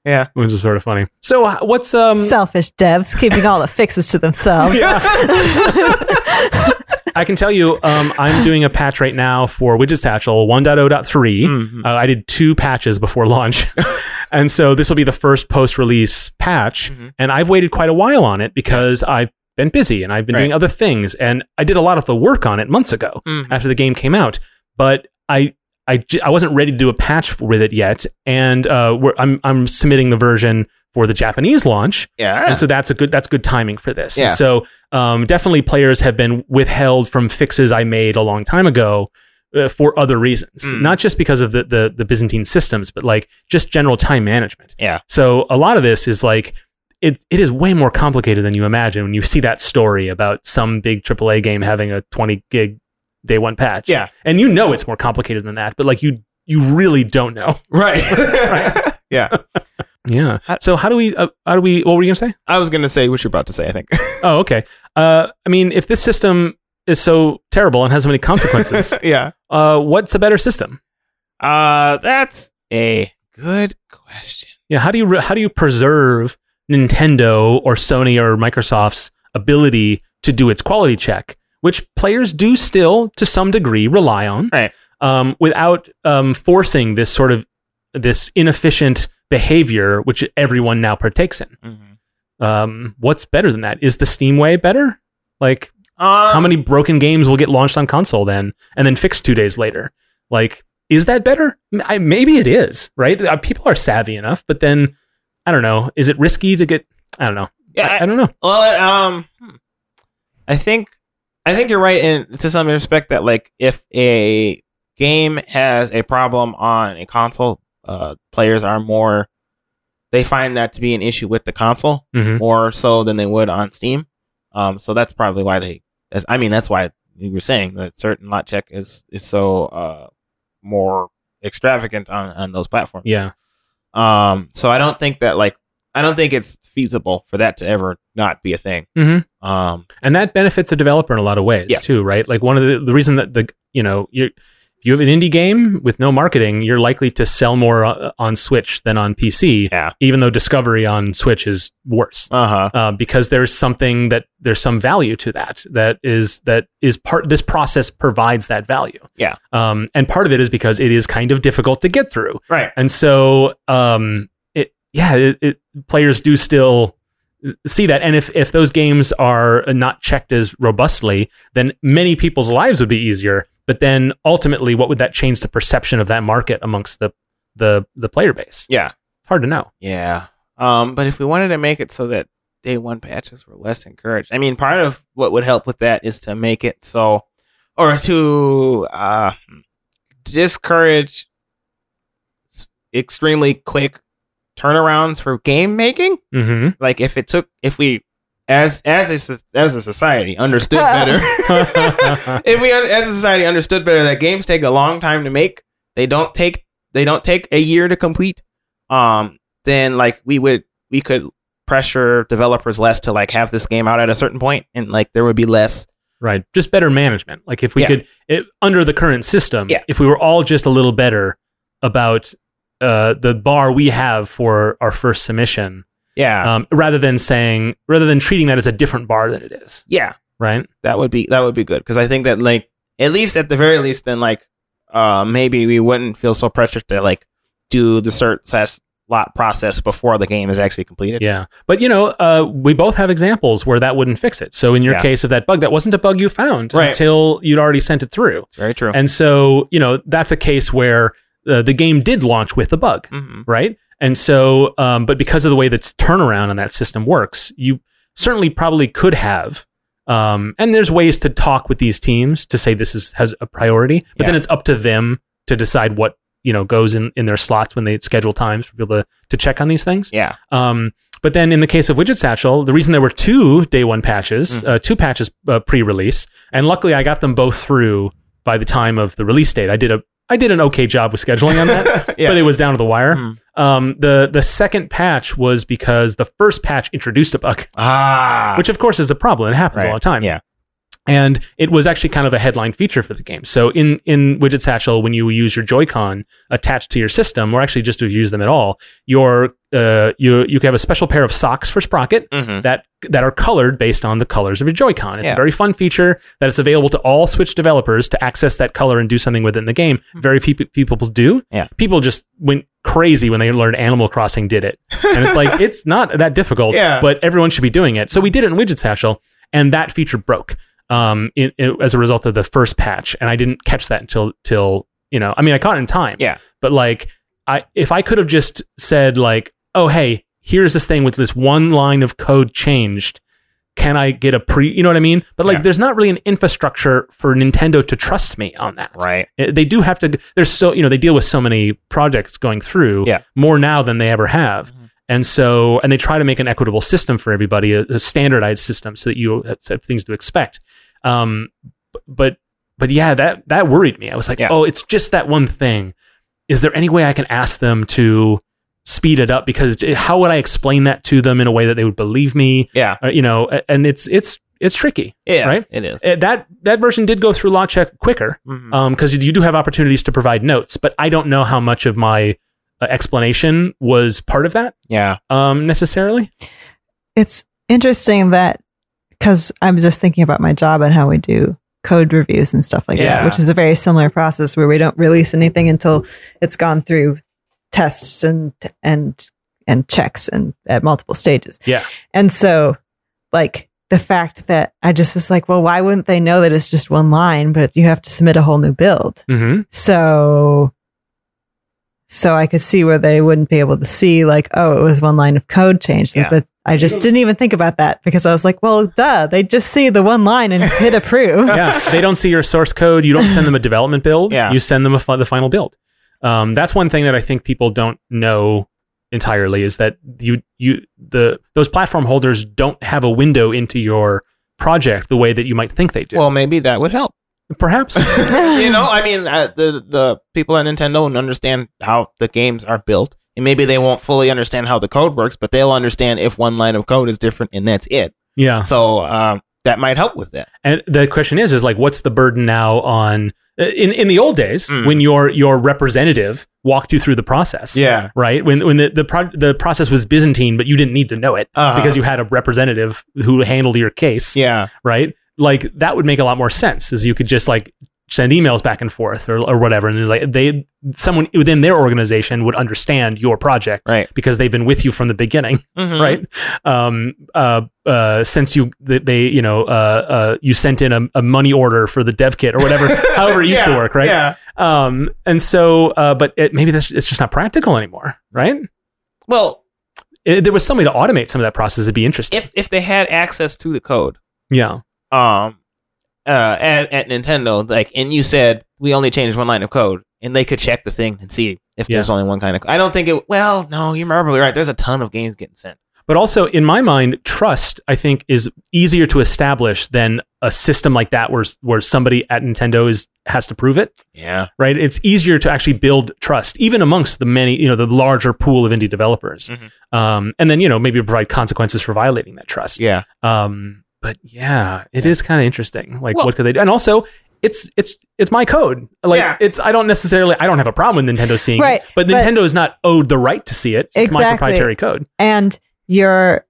yeah. which is sort of funny. So uh, what's um? Selfish devs keeping all the fixes to themselves. I can tell you, um, I'm doing a patch right now for Widget Satchel 1.0.3. Mhm. Uh, I did two patches before launch. and so this will be the first post release patch. Mhm. And I've waited quite a while on it because I've been busy and I've been doing Right. other things. And I did a lot of the work on it months ago Mhm. after the game came out. But I. I, j- I wasn't ready to do a patch with it yet, and uh, we're, I'm I'm submitting the version for the Japanese launch, yeah, and so that's a good that's good timing for this. And Ah. Yeah. so um, definitely players have been withheld from fixes I made a long time ago uh, for other reasons, Mm. not just because of the, the the Byzantine systems, but like just general time management. Yeah. So a lot of this is like. It, it is way more complicated than you imagine when you see that story about some big AAA game having a 20 gig day one patch. Yeah. And you know it's more complicated than that, but like you you really don't know. right. yeah, Yeah. So how do we uh, how do we what were you going to say? I was gonna say what you're about to say. I think. Oh, okay. Uh, I mean, if this system is so terrible and has so many consequences, yeah. uh, what's a better system? Uh, that's a good question. Yeah, how do you re- how do you preserve Nintendo or Sony or Microsoft's ability to do its quality check, which players do still to some degree rely on, Right. Um, without um, forcing this sort of this inefficient behavior which everyone now partakes in. Mm-hmm. Um, what's better than that? Is the Steam way better? Like, Um, how many broken games will get launched on console then and then fixed two days later like is that better M- I, maybe it is right Uh, people are savvy enough but then i don't know is it risky to get i don't know Yeah, I, I- I don't know Well, um, hmm. I think I think you're right in to some respect that like if a game has a problem on a console, uh, players are more they find that to be an issue with the console Mhm. more so than they would on Steam. Um, so that's probably why they. As, I mean, that's why you were saying that certain lot check is is so uh more extravagant on on those platforms. yeah Um, so I don't think that like I don't think it's feasible for that to ever not be a thing. hmm Um, and that benefits a developer in a lot of ways Yes. too right like one of the, the reason that the you know you you have an indie game with no marketing you're likely to sell more uh, on switch than on pc Yeah. even though discovery on switch is worse uh huh. uh, because there's something that there's some value to that that is that is part this process provides that value Yeah. um, and part of it is because it is kind of difficult to get through Right. and so um, it yeah it, it, players do still see that and if if those games are not checked as robustly then many people's lives would be easier but then ultimately what would that change the perception of that market amongst the the the player base Yeah. it's hard to know Yeah. Um, but if we wanted to make it so that day one patches were less encouraged. I mean, part of what would help with that is to make it so, or to uh, discourage s- extremely quick turnarounds for game making. Mm-hmm. Like if it took, if we as as a soc- as a society understood better, if we un- as a society understood better that games take a long time to make, they don't take they don't take a year to complete. Um, then like we would we could pressure developers less to like have this game out at a certain point, and like there would be less. Right. Just better management. Like if we Yeah. could, it, under the current system, Yeah. if we were all just a little better about uh, the bar we have for our first submission, Yeah, um, rather than saying, rather than treating that as a different bar than it is. yeah, Right. that would be that would be good because I think that like at least at the very least, then like uh maybe we wouldn't feel so pressured to like do the cert slash lot process before the game is actually completed. Yeah. But, you know, uh, we both have examples where that wouldn't fix it. So in your Yeah. case of that bug, that wasn't a bug you found Right. until you'd already sent it through. It's very true. And so, you know, that's a case where uh, the game did launch with a bug. hmm right? And so, um, but because of the way that turnaround on that system works, you certainly probably could have. Um, and there's ways to talk with these teams to say this is has a priority, but then Yeah. it's up to them to decide what you know goes in in their slots when they schedule times for people to to check on these things. Yeah. Um, but then in the case of Widget Satchel, the reason there were two day one patches, Mm. uh, two patches uh, pre-release, and luckily I got them both through by the time of the release date. I did a I did an okay job with scheduling on that yeah. but it was down to the wire. Hmm. Um, the the second patch was because the first patch introduced a bug, ah. which of course is a problem. It happens all the time. Yeah. And it was actually kind of a headline feature for the game. So in in Widget Satchel, when you use your Joy-Con attached to your system, or actually just to use them at all, your uh, you you can have a special pair of socks for Sprocket Mm-hmm. that that are colored based on the colors of your Joy-Con. It's a Yeah. very fun feature that is available to all Switch developers to access that color and do something with it in the game. Very few pe- people do. Mm-hmm. Yeah. People just went crazy when they learned Animal Crossing did it. And it's like it's not that difficult, Yeah. but everyone should be doing it. So we did it in Widget Satchel and that feature broke um in, in- as a result of the first patch and I didn't catch that until till you know, I mean I caught it in time. Yeah. But like I if I could have just said like, oh hey, here's this thing with this one line of code changed. Can I get a pre? You know what I mean? But like, Yeah. there's not really an infrastructure for Nintendo to trust me on that. Right. Uh, They do have to. There's so you know they deal with so many projects going through. Yeah. Mm-hmm. More now than they ever have. And so, and they try to make an equitable system for everybody, a, a standardized system, so that you have things to expect. Um, b- but, but yeah, that that worried me. I was like, Yeah. oh, it's just that one thing. Is there any way I can ask them to speed it up? Because it- how would I explain that to them in a way that they would believe me? Yeah. Uh, you know, a- and it's it's it's tricky. Yeah. Right? It is. Uh, That that version did go through law check quicker Mhm. because Um, you do have opportunities to provide notes, but I don't know how much of my uh, explanation was part of that yeah. um, necessarily. It's interesting that because I'm just thinking about my job and how we do code reviews and stuff like that, Yeah. which is a very similar process where we don't release anything until it's gone through tests and and and checks and at multiple stages. Yeah. And so like the fact that I just was like, well, why wouldn't they know that it's just one line, but you have to submit a whole new build? Mm-hmm. So so I could see where they wouldn't be able to see like, oh, it was one line of code change. Like, Yeah. that- I just didn't even think about that because I was like, well, duh, they just see the one line and hit approve. yeah, they don't see your source code. You don't send them a development build. Yeah. you send them a fi- the final build. Um, that's one thing that I think people don't know entirely is that you you the those platform holders don't have a window into your project the way that you might think they do. Well, maybe that would help. perhaps. you know, I mean, uh, the the people at Nintendo don't understand how the games are built, and maybe they won't fully understand how the code works, but they'll understand if one line of code is different, and that's it. yeah. So um, that might help with that. And the question is, is like, what's the burden now on uh, in in the old days Mm. when your your representative walked you through the process? Yeah. Right. When when the the, pro- the process was Byzantine, but you didn't need to know it Uh-huh. because you had a representative who handled your case. Yeah. Right. Like that would make a lot more sense, is you could just like send emails back and forth or, or whatever, and like they someone within their organization would understand your project Right. because they've been with you from the beginning Mhm. right? Um, uh, uh, since you th- they you know uh, uh, you sent in a, a money order for the dev kit or whatever, however it used to Yeah, work, right? Yeah. Um, and so, uh, but it, maybe that's it's just not practical anymore, right? Well, If there was some way to automate some of that process. It'd be interesting. If if they had access to the code, yeah. um, uh, at, at Nintendo, like, and you said we only changed one line of code, and they could check the thing and see if Yeah. there's only one kind of. I don't think it. Well, no, you're probably right. There's a ton of games getting sent. But also, in my mind, trust I think is easier to establish than a system like that, where where somebody at Nintendo is has to prove it. Yeah, Right? It's easier to actually build trust, even amongst the many, you know, the larger pool of indie developers. Um, and then you know maybe provide consequences for violating that trust. Mm-hmm. yeah. Um, but yeah, it is kind of interesting. Like, Well- what could they do? And also. It's it's it's my code. Like Yeah. it's I don't necessarily I don't have a problem with Nintendo seeing Right, it, but but- Nintendo is not owed the right to see it. It's Exactly. my Uh-huh. proprietary code. and your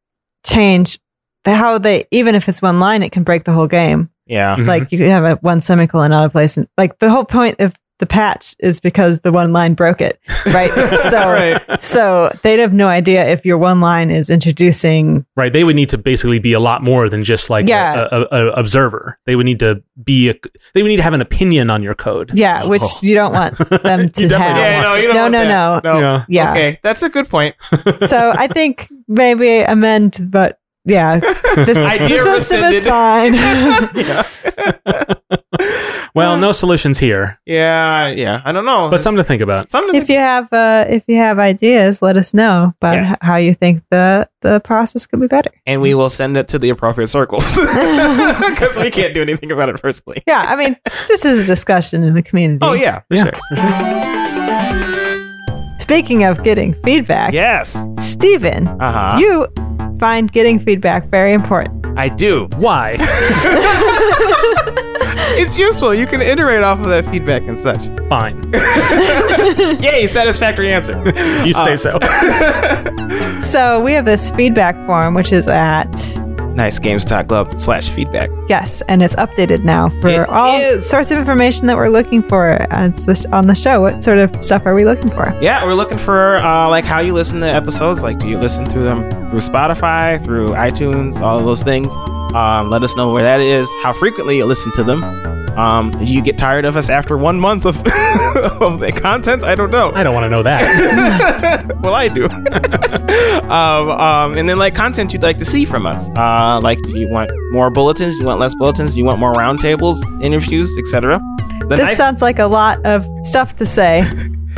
change how they even if it's one line it can break the whole game Yeah. Mhm. like you could have a one semicolon out of place and like the whole point of the patch is because the one line broke it right so so they'd have no idea if your one line is introducing Right. They would need to basically be a lot more than just like Yeah. a, a, a observer. They would need to be a, they would need to have an opinion on your code. yeah which Oh. you don't want them to You definitely have don't Yeah, no, you don't no want no, that. no no. Yeah. yeah Okay, that's a good point. so i think maybe amend but yeah this, Idea the system rescinded. is fine yeah. Well, no solutions here, yeah, yeah. I don't know. but something to think about. something. if you have uh, if you have ideas, let us know about Yes. h- how you think the the process could be better. and we will send it to the appropriate circles because we can't do anything about it personally. Yeah, I mean, just as a discussion in the community. Oh yeah, Yeah. sure. Speaking of getting feedback, yes. Stephen, Uh huh. you find getting feedback very important. I do. Why? It's useful. You can iterate off of that feedback and such. Fine. Yay, satisfactory answer. You Ah. say so. So we have this feedback form, which is at nice games.glove slash feedback. yes, and it's updated now for It all is. sorts of information that we're looking for on s- on the show. What sort of stuff are we looking for? Yeah, we're looking for uh, like how you listen to episodes. Like, do you listen to them through Spotify, through iTunes, all of those things? Um, let us know where that is, how frequently you listen to them. Um, do you get tired of us after one month of, of the content? I don't know. I don't want to know that. well, I do. um, um, and then like content you'd like to see from us. Uh, like, do you want more bulletins? Do you want less bulletins? Do you want more roundtables, interviews, etc. The This nice- sounds like a lot of stuff to say.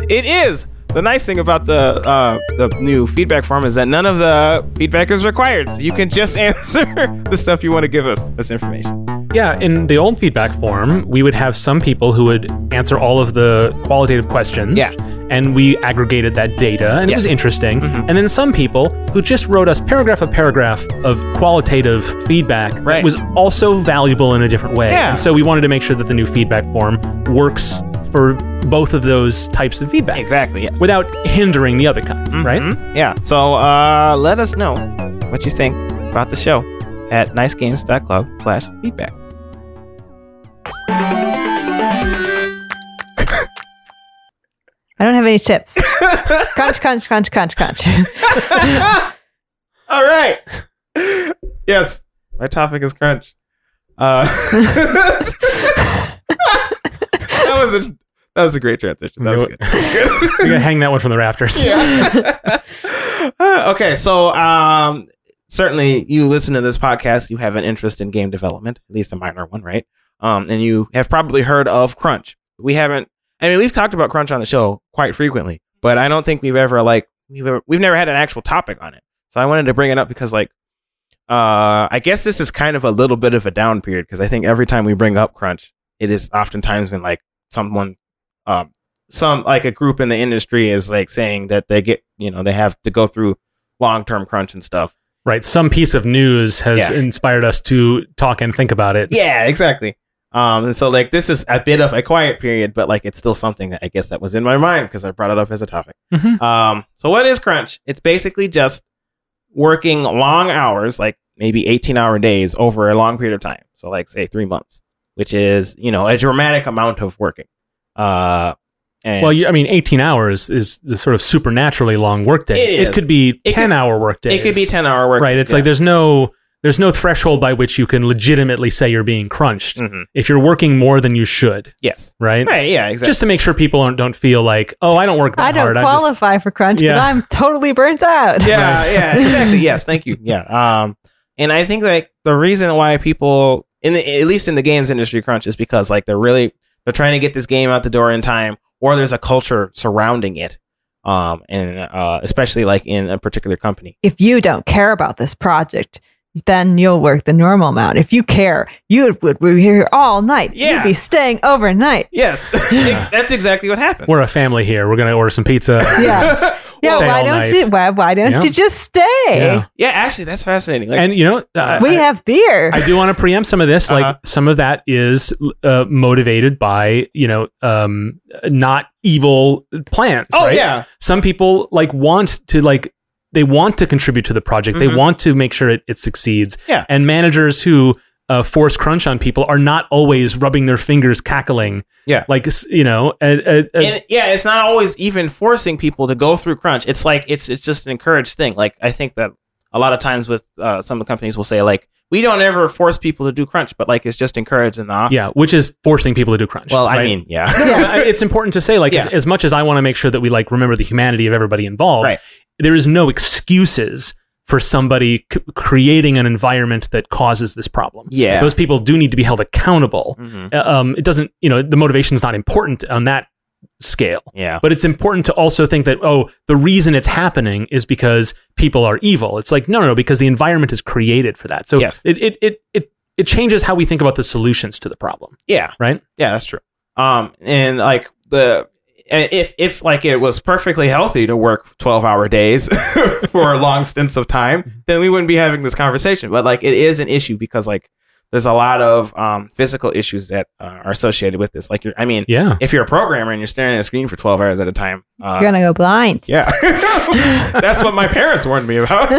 it is. The nice thing about the uh, the new feedback form is that none of the feedback is required. So you can just answer the stuff you want to give us this information. yeah. In the old feedback form, we would have some people who would answer all of the qualitative questions. Yeah. And we aggregated that data, and it was Yes. Mm-hmm. interesting. And then some people who just wrote us paragraph a paragraph of qualitative feedback that Right. was also valuable in a different way. Yeah. And so we wanted to make sure that the new feedback form works for both of those types of feedback Exactly. Yes. without hindering the other kind, right? Mhm. Yeah. So uh, let us know what you think about the show at nicegames.club slash feedback. I don't have any chips. crunch, crunch, crunch, crunch, crunch. All right. Yes. My topic is crunch. Uh, that was a that was a great transition. That was good. We're going to hang that one from the rafters. yeah. Uh, okay, so um, certainly you listen to this podcast, you have an interest in game development, at least a minor one, right? Um, and you have probably heard of Crunch. We haven't. I mean, we've talked about Crunch on the show quite frequently, but I don't think we've ever like we've ever, we've never had an actual topic on it. So I wanted to bring it up because like. Uh, I guess this is kind of a little bit of a down period because I think every time we bring up Crunch, it is oftentimes when like someone, um, some like a group in the industry is like saying that they get you know they have to go through long term crunch and stuff. Right. Some piece of news has Yeah. inspired us to talk and think about it. Yeah, exactly. Um, and so like this is a bit of a quiet period, but like it's still something that I guess that was in my mind because I brought it up as a topic. Mhm. Um, so what is crunch? It's basically just working long hours, like maybe eighteen hour days over a long period of time. So like say three months, which is you know a dramatic amount of working. Uh, and Well, you, I mean, 18 hours is the sort of supernaturally long workday. It is. could be It 10 hour work days. it could be ten hour work. Right. It's yeah. like there's no there's no threshold by which you can legitimately say you're being crunched Mhm. if you're working more than you should, Yes. right? Right. Yeah. Exactly. Just to make sure people aren't, don't feel like, oh, I don't work that I don't hard. I just- qualify for crunch, but Yeah. I'm totally burnt out. yeah. Yeah. Exactly. yes. Thank you. Yeah. Um. And I think like the reason why people in the at least in the games industry crunch is because like they're really they're trying to get this game out the door in time, or there's a culture surrounding it. Um. And uh, especially like in a particular company. If you don't care about this project, then you'll work the normal amount. If you care, you would be here all night. Yeah. You'd be staying overnight. Yes. Yeah. That's exactly what happened. we're a family here. We're going to order some pizza. Yeah. Yeah, Stay why all don't night. you why, why don't Yeah. you just stay? Yeah. yeah. Actually, that's fascinating. Like, And, you know, uh, We I- have beer. I do want to preempt some of this. Like Uh-huh. some of that is uh, motivated by you know um, not evil plans. oh right? yeah. Some people like want to like they want to contribute to the project. They Mhm. want to make sure it, it succeeds. Yeah. And managers who uh, force crunch on people are not always rubbing their fingers, cackling. Yeah. Like s- you know, uh, uh, uh, and yeah, it's not always even forcing people to go through crunch. It's like it's it's just an encouraged thing. Like I think that a lot of times with uh, some of the companies will say like we don't ever force people to do crunch, but like it's just encouraged in the office. yeah, which is forcing people to do crunch. Well, I right? mean, yeah. No, no, I- it's important to say like Yeah. as, as much as I want to make sure that we like remember the humanity of everybody involved. Right. There is no excuses for somebody c- creating an environment that causes this problem. Yeah. those people do need to be held accountable. Mhm. Uh, Um, it doesn't, you know, the motivation's not important on that scale. Yeah. But it's important to also think that oh, the reason it's happening is because people are evil. It's like no, no, no, because the environment is created for that. So Yes. it, it it it it changes how we think about the solutions to the problem. Yeah. Right? Yeah, that's true. Um, and like the and if if like it was perfectly healthy to work twelve hour days for long stints of time, then we wouldn't be having this conversation. But like it is an issue because like there's a lot of um physical issues that uh, are associated with this. Like you're, I mean, Yeah. if you're a programmer and you're staring at a screen for twelve hours at a time, uh, You're gonna go blind. yeah. That's what my parents warned me about.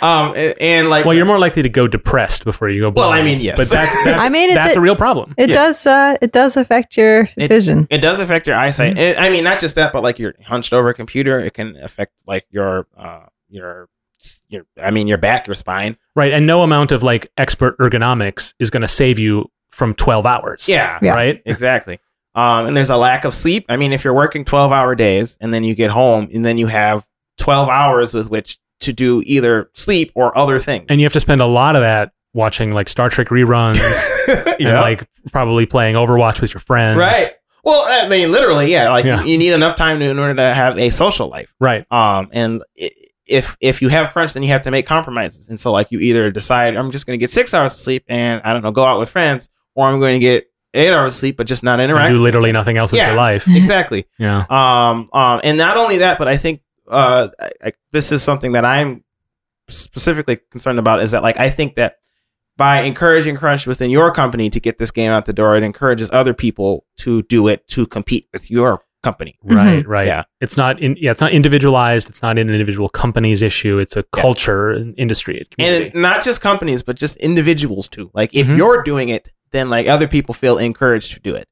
um and, and, like Well, you're more likely to go depressed before you go Well, blind. I mean, yes. but that's that's, I mean, it, that's a real problem. it yeah. does uh, it does affect your It- vision. It does affect your eyesight. And, I mean, not just that, but like you're hunched over a computer, it can affect like your uh your your I mean your back, your spine. Right, and no amount of like expert ergonomics is going to save you from 12 hours. Yeah, Yeah. Right? exactly. Um, and there's a lack of sleep. I mean, if you're working 12 hour days and then you get home and then you have 12 hours with which to do either sleep or other things. And you have to spend a lot of that watching like Star Trek reruns and like probably playing Overwatch with your friends. right. Well, I mean, literally, yeah. Like Yeah. you need enough time to, in order to have a social life. Right. um and i- if if you have crunch then you have to make compromises and so like you either decide i'm just going to get six hours of sleep and i don't know go out with friends or i'm going to get eight hours of sleep but just not You interact do literally nothing else with Yeah. your life. exactly Yeah. um um and not only that but i think uh I, I, this is something that i'm specifically concerned about is that like i think that by encouraging crunch within your company to get this game out the door it encourages other people to do it to compete with your company Mhm. Right, right. Yeah. It's not in yeah, it's not individualized, it's not an individual company's issue, it's a Yeah. culture, an industry, a community. and not just companies but just individuals too like if Mhm. you're doing it then like other people feel encouraged to do it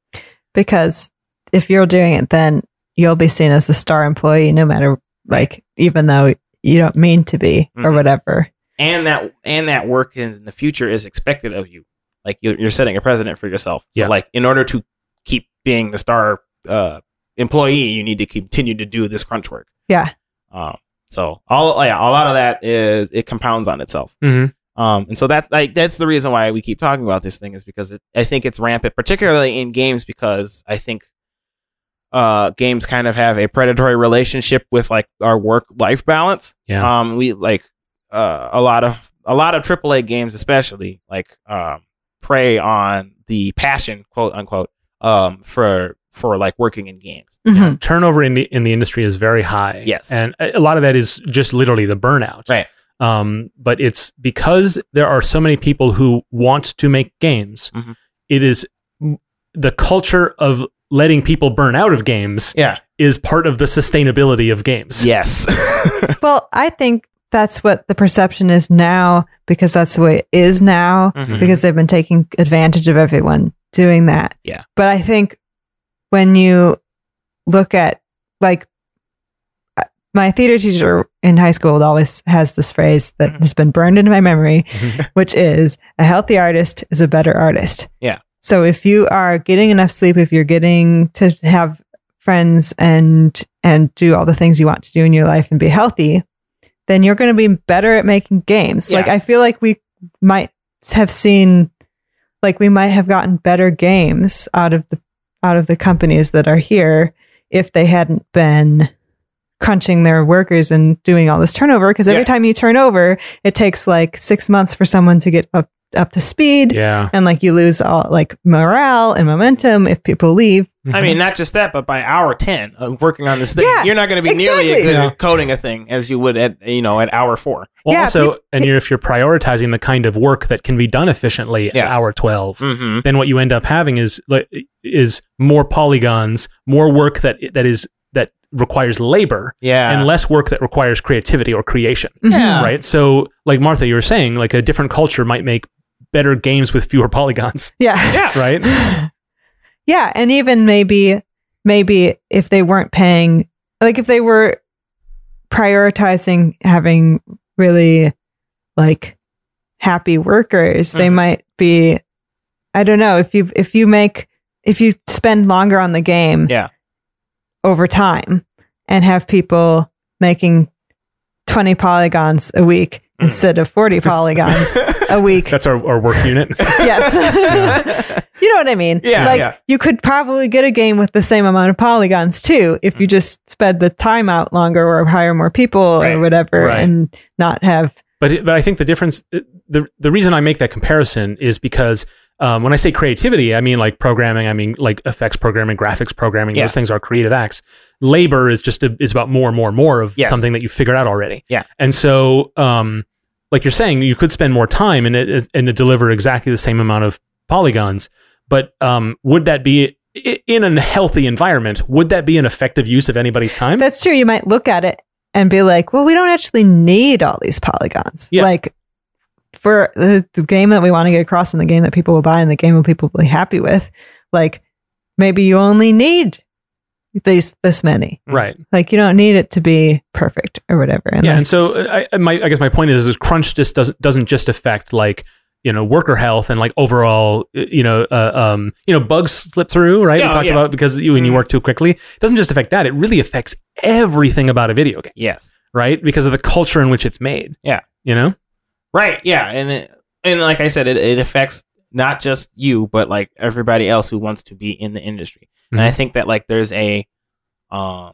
because if you're doing it then you'll be seen as the star employee no matter like even though you don't mean to be or Mhm. whatever and that and that work in the future is expected of you like you're, you're setting a precedent for yourself so Yeah. like in order to keep being the star uh, employee you need to continue to do this crunch work Yeah. um, so all yeah, a lot of that is it compounds on itself Mhm. Um, and so that like that's the reason why we keep talking about this thing is because it, I think it's rampant, particularly in games, because I think uh, games kind of have a predatory relationship with like our work life balance. Yeah. Um, we like uh, a lot of a lot of AAA games, especially like um, prey on the passion, quote unquote, um, for for like working in games. Mhm. turnover in the in the industry is very high. Yes. and a a lot of that is just literally the burnout. Right. Um, but it's because there are so many people who want to make games. Mhm. it is the culture of letting people burn out of games Yeah. is part of the sustainability of games. Yes. well i think that's what the perception is now because that's the way it is now Mhm. because they've been taking advantage of everyone doing that Yeah. but i think when you look at like uh, my theater teacher in high school always has this phrase that Mm-hmm. has been burned into my memory, which is a healthy artist is a better artist. Yeah. So if you are getting enough sleep, if you're getting to have friends and and do all the things you want to do in your life and be healthy, then you're going to be better at making games. Like Yeah. I feel like we might have seen like we might have gotten better games out of the out of the companies that are here if they hadn't been crunching their workers and doing all this turnover because every Yeah. time you turn over it takes like 6 months for someone to get up up to speed Yeah. and like you lose all like morale and momentum if people leave Mm-hmm. I mean, not just that, but by hour ten of working on this thing, Yeah, you're not going to be nearly as exactly. good Yeah. at coding a thing as you would at you know at hour four. Well, Yeah, also, and you're, if you're prioritizing the kind of work that can be done efficiently at Yeah. hour 12, Mm-hmm. then what you end up having is like, is more polygons, more work that that is that requires labor, Yeah. and less work that requires creativity or creation. Yeah. Right. So, like Martha, you were saying, like a different culture might make better games with fewer polygons. yeah yeah. Right. Yeah, and even maybe maybe if they weren't paying like if they were prioritizing having really like happy workers, they Mhm. might be I don't know, if you if you make if you spend longer on the game Yeah. over time and have people making 20 polygons a week instead of 40 polygons a week. That's our, our work unit. yes. you know what I mean? Yeah, Like yeah. you could probably get a game with the same amount of polygons too if you just sped the time out longer or hire more people Right, or whatever right. and not have But it- but I think the difference uh, the the reason I make that comparison is because um, when I say creativity, I mean like programming. I mean like effects programming, graphics programming. Yeah. Those things are creative acts. Labor is just a, is about more and more and more of Yes. something that you figured out already. Yeah. And so, um, like you're saying, you could spend more time and it is- and to deliver exactly the same amount of polygons. But um, would that be i- in a healthy environment? Would that be an effective use of anybody's time? That's true. You might look at it and be like, well, we don't actually need all these polygons. Yeah. Like for the, the game that we want to get across and the game that people will buy and the game that people will be happy with, like maybe you only need these this many. right. Like you don't need it to be perfect or whatever. And yeah, like- and so uh, I, I- my I guess my point is, is crunch just doesn't doesn't just affect like you know worker health and like overall uh, you know uh, um you know bugs slip through right Yeah, we talked yeah. about because you when you Mhm. work too quickly it doesn't just affect that it really affects everything about a video game yes. right because of the culture in which it's made Yeah. Uh-huh. you know Right. Yeah. And it, and like I said, it, it affects not just you, but like everybody else who wants to be in the industry. And I Mhm. think that like there's a, um,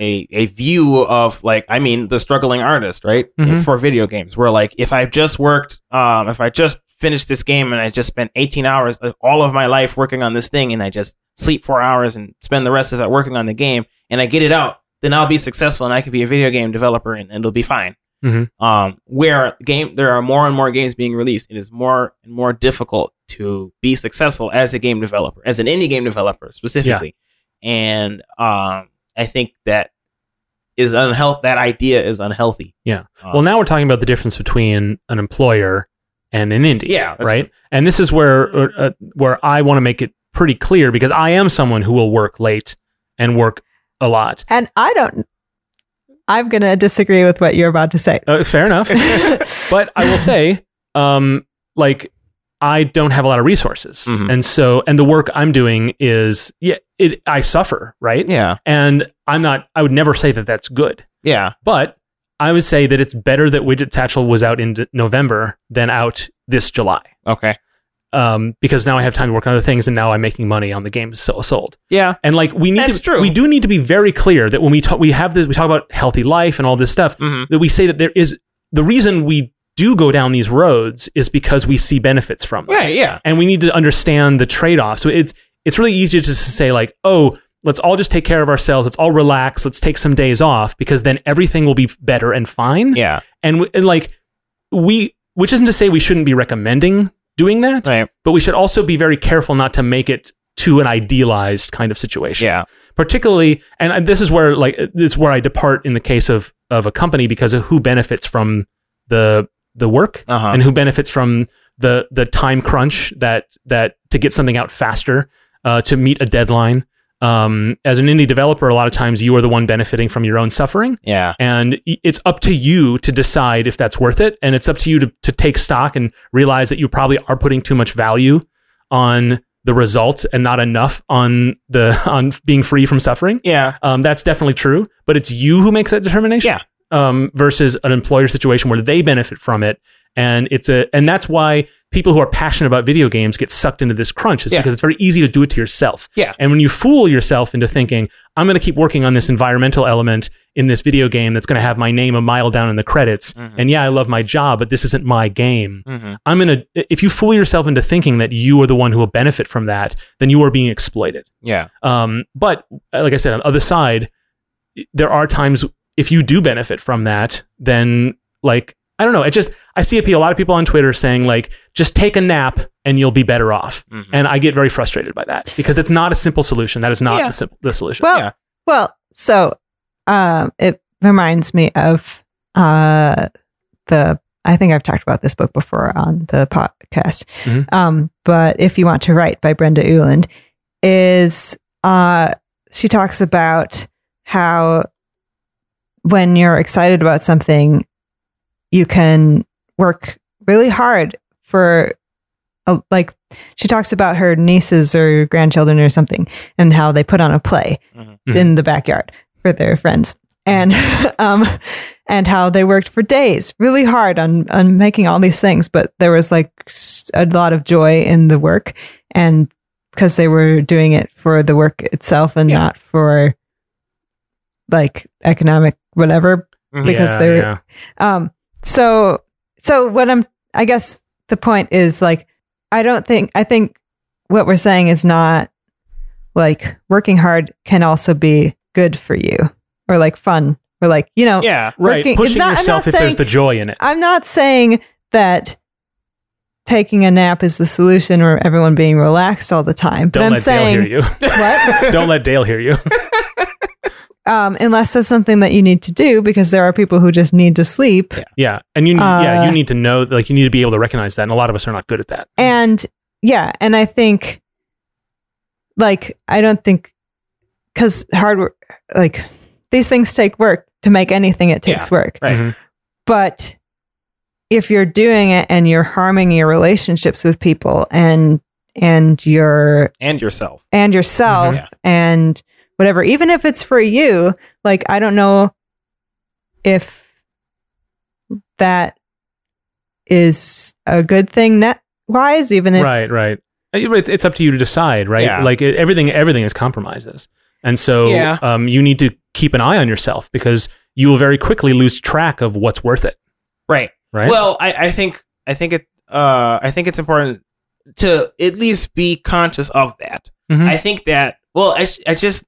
a a view of like I mean the struggling artist right Mhm. for video games where like if I've just worked um if I just finished this game and I just spent 18 hours of all of my life working on this thing and I just sleep four hours and spend the rest of that working on the game and I get it out then I'll be successful and I could be a video game developer and, and it'll be fine. Mhm. Um, where game there are more and more games being released, it is more and more difficult to be successful as a game developer, as an indie game developer specifically. And um, I think that is unhealth. That idea is unhealthy. Yeah. Um, well now we're talking about the difference between an employer and an indie Yeah. that's- right? And this is where uh, where I want to make it pretty clear because I am someone who will work late and work a lot. And I don't. I'm going to disagree with what you're about to say. Uh, fair enough, but I will say, um, like I don't have a lot of resources, Mhm. and so and the work I'm doing is yeah, it I suffer, right? Yeah. And I'm not. I would never say that that's good, Yeah. but I would say that it's better that Widget Satchel was out in D- November than out this July. Okay. Um, because now I have time to work on other things, and now I'm making money on the games so sold. Yeah. And like we need That's to, true. we do need to be very clear that when we talk, we have this, we talk about healthy life and all this stuff. hmm That we say that there is the reason we do go down these roads is because we see benefits from them, Right. Yeah. and we need to understand the trade off. So it's it's really easy to just say like, oh, let's all just take care of ourselves. Let's all relax. Let's take some days off because then everything will be better and fine. Yeah. And, w- and like we, which isn't to say we shouldn't be recommending doing that, Right. but we should also be very careful not to make it to an idealized kind of situation Yeah. particularly and I- this is where like this is where I depart in the case of of a company because of who benefits from the the work Uh huh. and who benefits from the the time crunch that that to get something out faster uh, to meet a deadline um, as an indie developer, a lot of times you are the one benefiting from your own suffering. Yeah. And y- it's up to you to decide if that's worth it. And it's up to you to, to take stock and realize that you probably are putting too much value on the results and not enough on the on being free from suffering. Yeah. Um, that's definitely true, but it's you who makes that determination. Yeah. Um, versus an employer situation where they benefit from it, and it's a and that's why people who are passionate about video games get sucked into this crunch is Yeah. because it's very easy to do it to yourself. Yeah. And when you fool yourself into thinking I'm going to keep working on this environmental element in this video game that's going to have my name a mile down in the credits, Mm-hmm. and yeah, I love my job, but this isn't my game. Mhm. I'm gonna if you fool yourself into thinking that you are the one who will benefit from that, then you are being exploited. Yeah. Um, but uh, like I said, on the other side, i- there are times if you do benefit from that, then like I don't know. It just I see a pe- a lot of people on Twitter saying like just take a nap and you'll be better off, Mhm. and I get very frustrated by that because it's not a simple solution. That is not Yeah. the, simple, the solution. Well, Yeah. well, so um, it reminds me of uh, the. I think I've talked about this book before on the podcast. Mhm. Um, but if you want to write by Brenda Uland, is uh, she talks about how when you're excited about something, you can work really hard for. A, like she talks about her nieces or grandchildren or something, and how they put on a play, Mhm. in the backyard for their friends and um and how they worked for days really hard on on making all these things but there was like s- a lot of joy in the work and because they were doing it for the work itself and Yeah. not for like economic whatever because Mm-hmm. Yeah, they're- yeah. um so so what i'm i guess the point is like i don't think i think what we're saying is not like working hard can also be good for you or like fun or like you know Yeah. right working- pushing it's not- I'm not yourself if there's saying- the joy in it. i'm not saying that taking a nap is the solution or everyone being relaxed all the time but Don't i'm let Dale saying hear you. what Don't let Dale hear you. um, unless that's something that you need to do because there are people who just need to sleep Yeah, and you need, yeah Uh, you need to know like you need to be able to recognize that, and a lot of us are not good at that. and yeah and i think like i don't think because hard work like these things take work to make anything it takes work Right. Mhm. but if you're doing it and you're harming your relationships with people and and your And yourself. and yourself Mhm. Yeah. and whatever even if it's for you like i don't know if that is a good thing net wise even if right, right. Uh, yeah, but It's, it's up to you to decide, right? Yeah. Like it, everything, everything is compromises, and so Yeah. um, you need to keep an eye on yourself because you will very quickly lose track of what's worth it, Right. right? Well, I, I think I think it uh I think it's important to at least be conscious of that. Mhm. I think that well, I, s- I just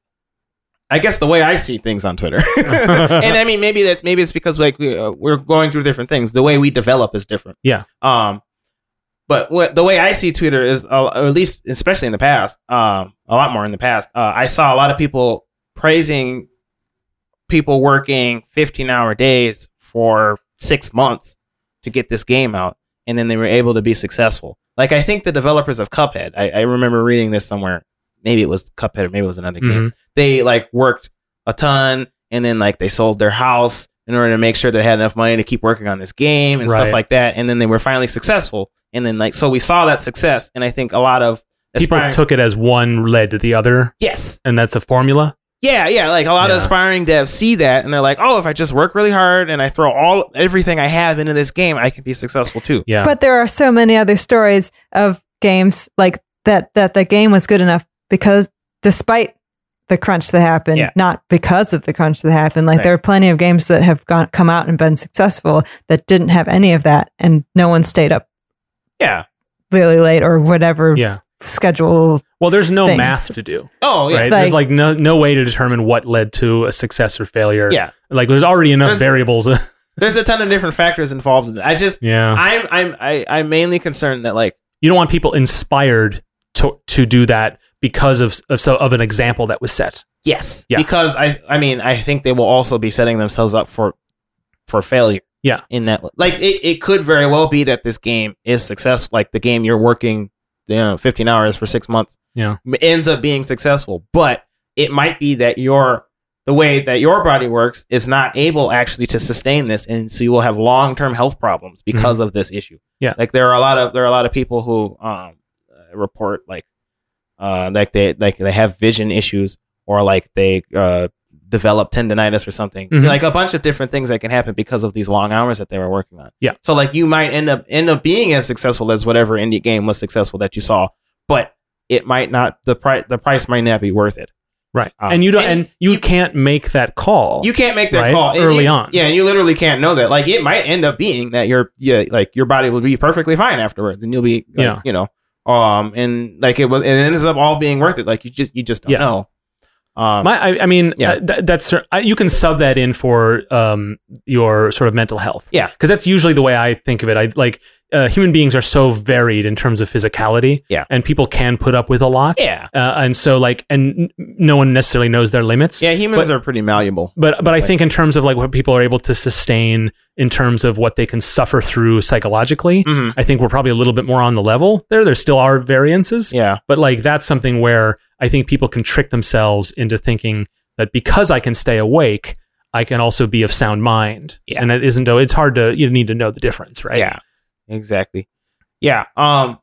I guess the way I see things on Twitter, and I mean maybe that's maybe it's because like we, uh, we're going through different things. The way we develop is different. Yeah. Um, but what the way I see Twitter is, uh, or at least especially in the past, um, a lot more in the past, uh, I saw a lot of people praising people working 15 hour days for six months to get this game out and then they were able to be successful like i think the developers of cuphead i, I remember reading this somewhere maybe it was cuphead or maybe it was another game Mhm. they like worked a ton and then like they sold their house in order to make sure they had enough money to keep working on this game and Right. stuff like that and then they were finally successful and then like so we saw that success and i think a lot of people aspiring- took it as one led to the other, yes and that's a formula. yeah, yeah. Like a lot Yeah. of aspiring devs see that and they're like, "Oh, if I just work really hard and I throw all everything I have into this game, I can be successful too." Yeah, but there are so many other stories of games like that that the game was good enough because despite the crunch that happened Yeah. not because of the crunch that happened like Right. there are plenty of games that have gone come out and been successful that didn't have any of that and no one stayed up Yeah. really late or whatever yeah. schedule Well, there's no Things. math to do, Oh, yeah. right? there's like no no way to determine what led to a success or failure. Yeah. like there's already enough There's- variables. There's a ton of different factors involved in it. I just yeah, I'm I'm I, I'm mainly concerned that like you don't want people inspired to to do that because of of so of an example that was set. yes, Yeah. because I I mean, I think they will also be setting themselves up for for failure. Yeah. In that like it, it could very well be that this game is successful, like the game you're working you know, 15 hours for 6 months Yeah. ends up being successful. But it might be that your the way that your body works is not able actually to sustain this, and so you will have long term health problems because of this issue. Mm-hmm. Yeah. like there are a lot of there are a lot of people who um, uh, report like uh, like they like they have vision issues or like they uh, develop tendonitis or something, Mhm. like a bunch of different things that can happen because of these long hours that they were working on. Yeah. so like you might end up end up being as successful as whatever indie game was successful that you saw, but it might not the price the price might not be worth it. Right. Um, and you don't and and you, can't make that call. You can't make that Right, call And early you- on. Yeah, and you literally can't know that. Like it might end up being that your yeah, like your body will be perfectly fine afterwards, and you'll be like, Yeah. you know, um, and like it was, and it ends up all being worth it. Like you just you just don't Yeah. know. Um, My, I, I mean, Yeah. uh, th- that's cer- I, you can sub that in for um, your sort of mental health. Yeah. because that's usually the way I think of it. I like uh, human beings are so varied in terms of physicality. Yeah. and people can put up with a lot. yeah, Uh, and so like, and n- no one necessarily knows their limits. yeah, humans But- are pretty malleable. But but I Right. think in terms of like what people are able to sustain in terms of what they can suffer through psychologically, Mhm. I think we're probably a little bit more on the level there. There still are variances. Yeah, But like that's something where I think people can trick themselves into thinking that because I can stay awake, I can also be of sound mind. Yeah. And it isn't though it's hard to you need to know the difference, right? yeah, exactly. Yeah. Um,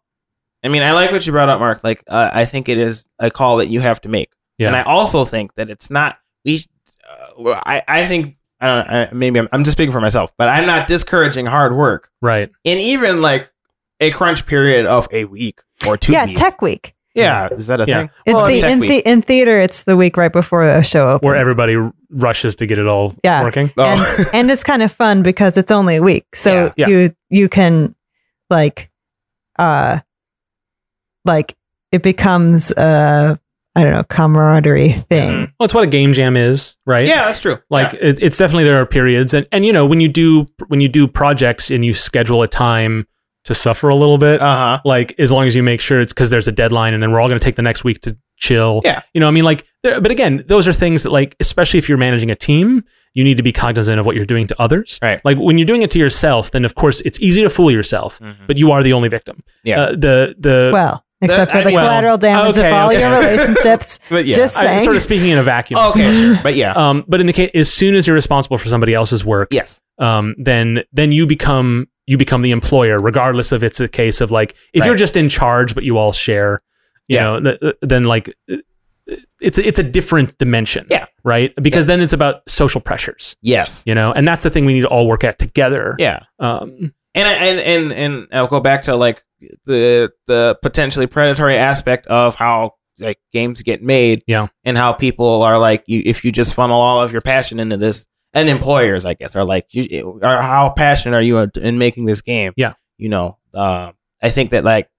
I mean, I like what you brought up, Mark. Like, uh, I think it is a call that you have to make. Yeah. And I also think that it's not we. sh- Uh, well, I I think I don't. know, I, maybe I'm, I'm just speaking for myself, but I'm not discouraging hard work right. and even like a crunch period of a week or two. yeah, weeks. Tech Week. Yeah, is that a Yeah. thing? In, Well, the, it's Tech in, Week. the, in theater, it's the week right before a show opens. Where everybody r- rushes to get it all Yeah. working. Oh, and, and it's kind of fun because it's only a week, so Yeah. Yeah. you you can like, uh, like it becomes uh I don't know camaraderie thing. Mhm. Well, it's what a game jam is, right? yeah, that's true. Like it, it's definitely there are periods and, and you know, when you do when you do projects and you schedule a time to suffer a little bit, uh huh. like as long as you make sure it's because there's a deadline and then we're all going to take the next week to chill Yeah. you know i mean like there, but again those are things that like especially if you're managing a team you need to be cognizant of what you're doing to others Right. like when you're doing it to yourself then of course it's easy to fool yourself but you are the only victim Mm-hmm. Yeah. uh, the the Well, except I- for the well, collateral damage okay, of all okay. your relationships. But yeah. Just i'm saying. sort of speaking in a vacuum Oh, okay, but yeah. um, but in the case as soon as you're responsible for somebody else's work yes. um, then then you become you become the employer, regardless if it's a case of like if Right. you're just in charge, but you all share, you Yeah. know, th- th- then like uh, it's it's a different dimension, Yeah. right? Because then it's about social pressures, Yes. you know, and that's the thing we need to all work at together. Yeah. Um, and I- and and and I'll go back to like the the potentially predatory aspect of how like games get made, Yeah. and how people are like, you if you just funnel all of your passion into this, and employers, I guess, are like, you are how passionate are you in making this game? Yeah. you know, um, I think that like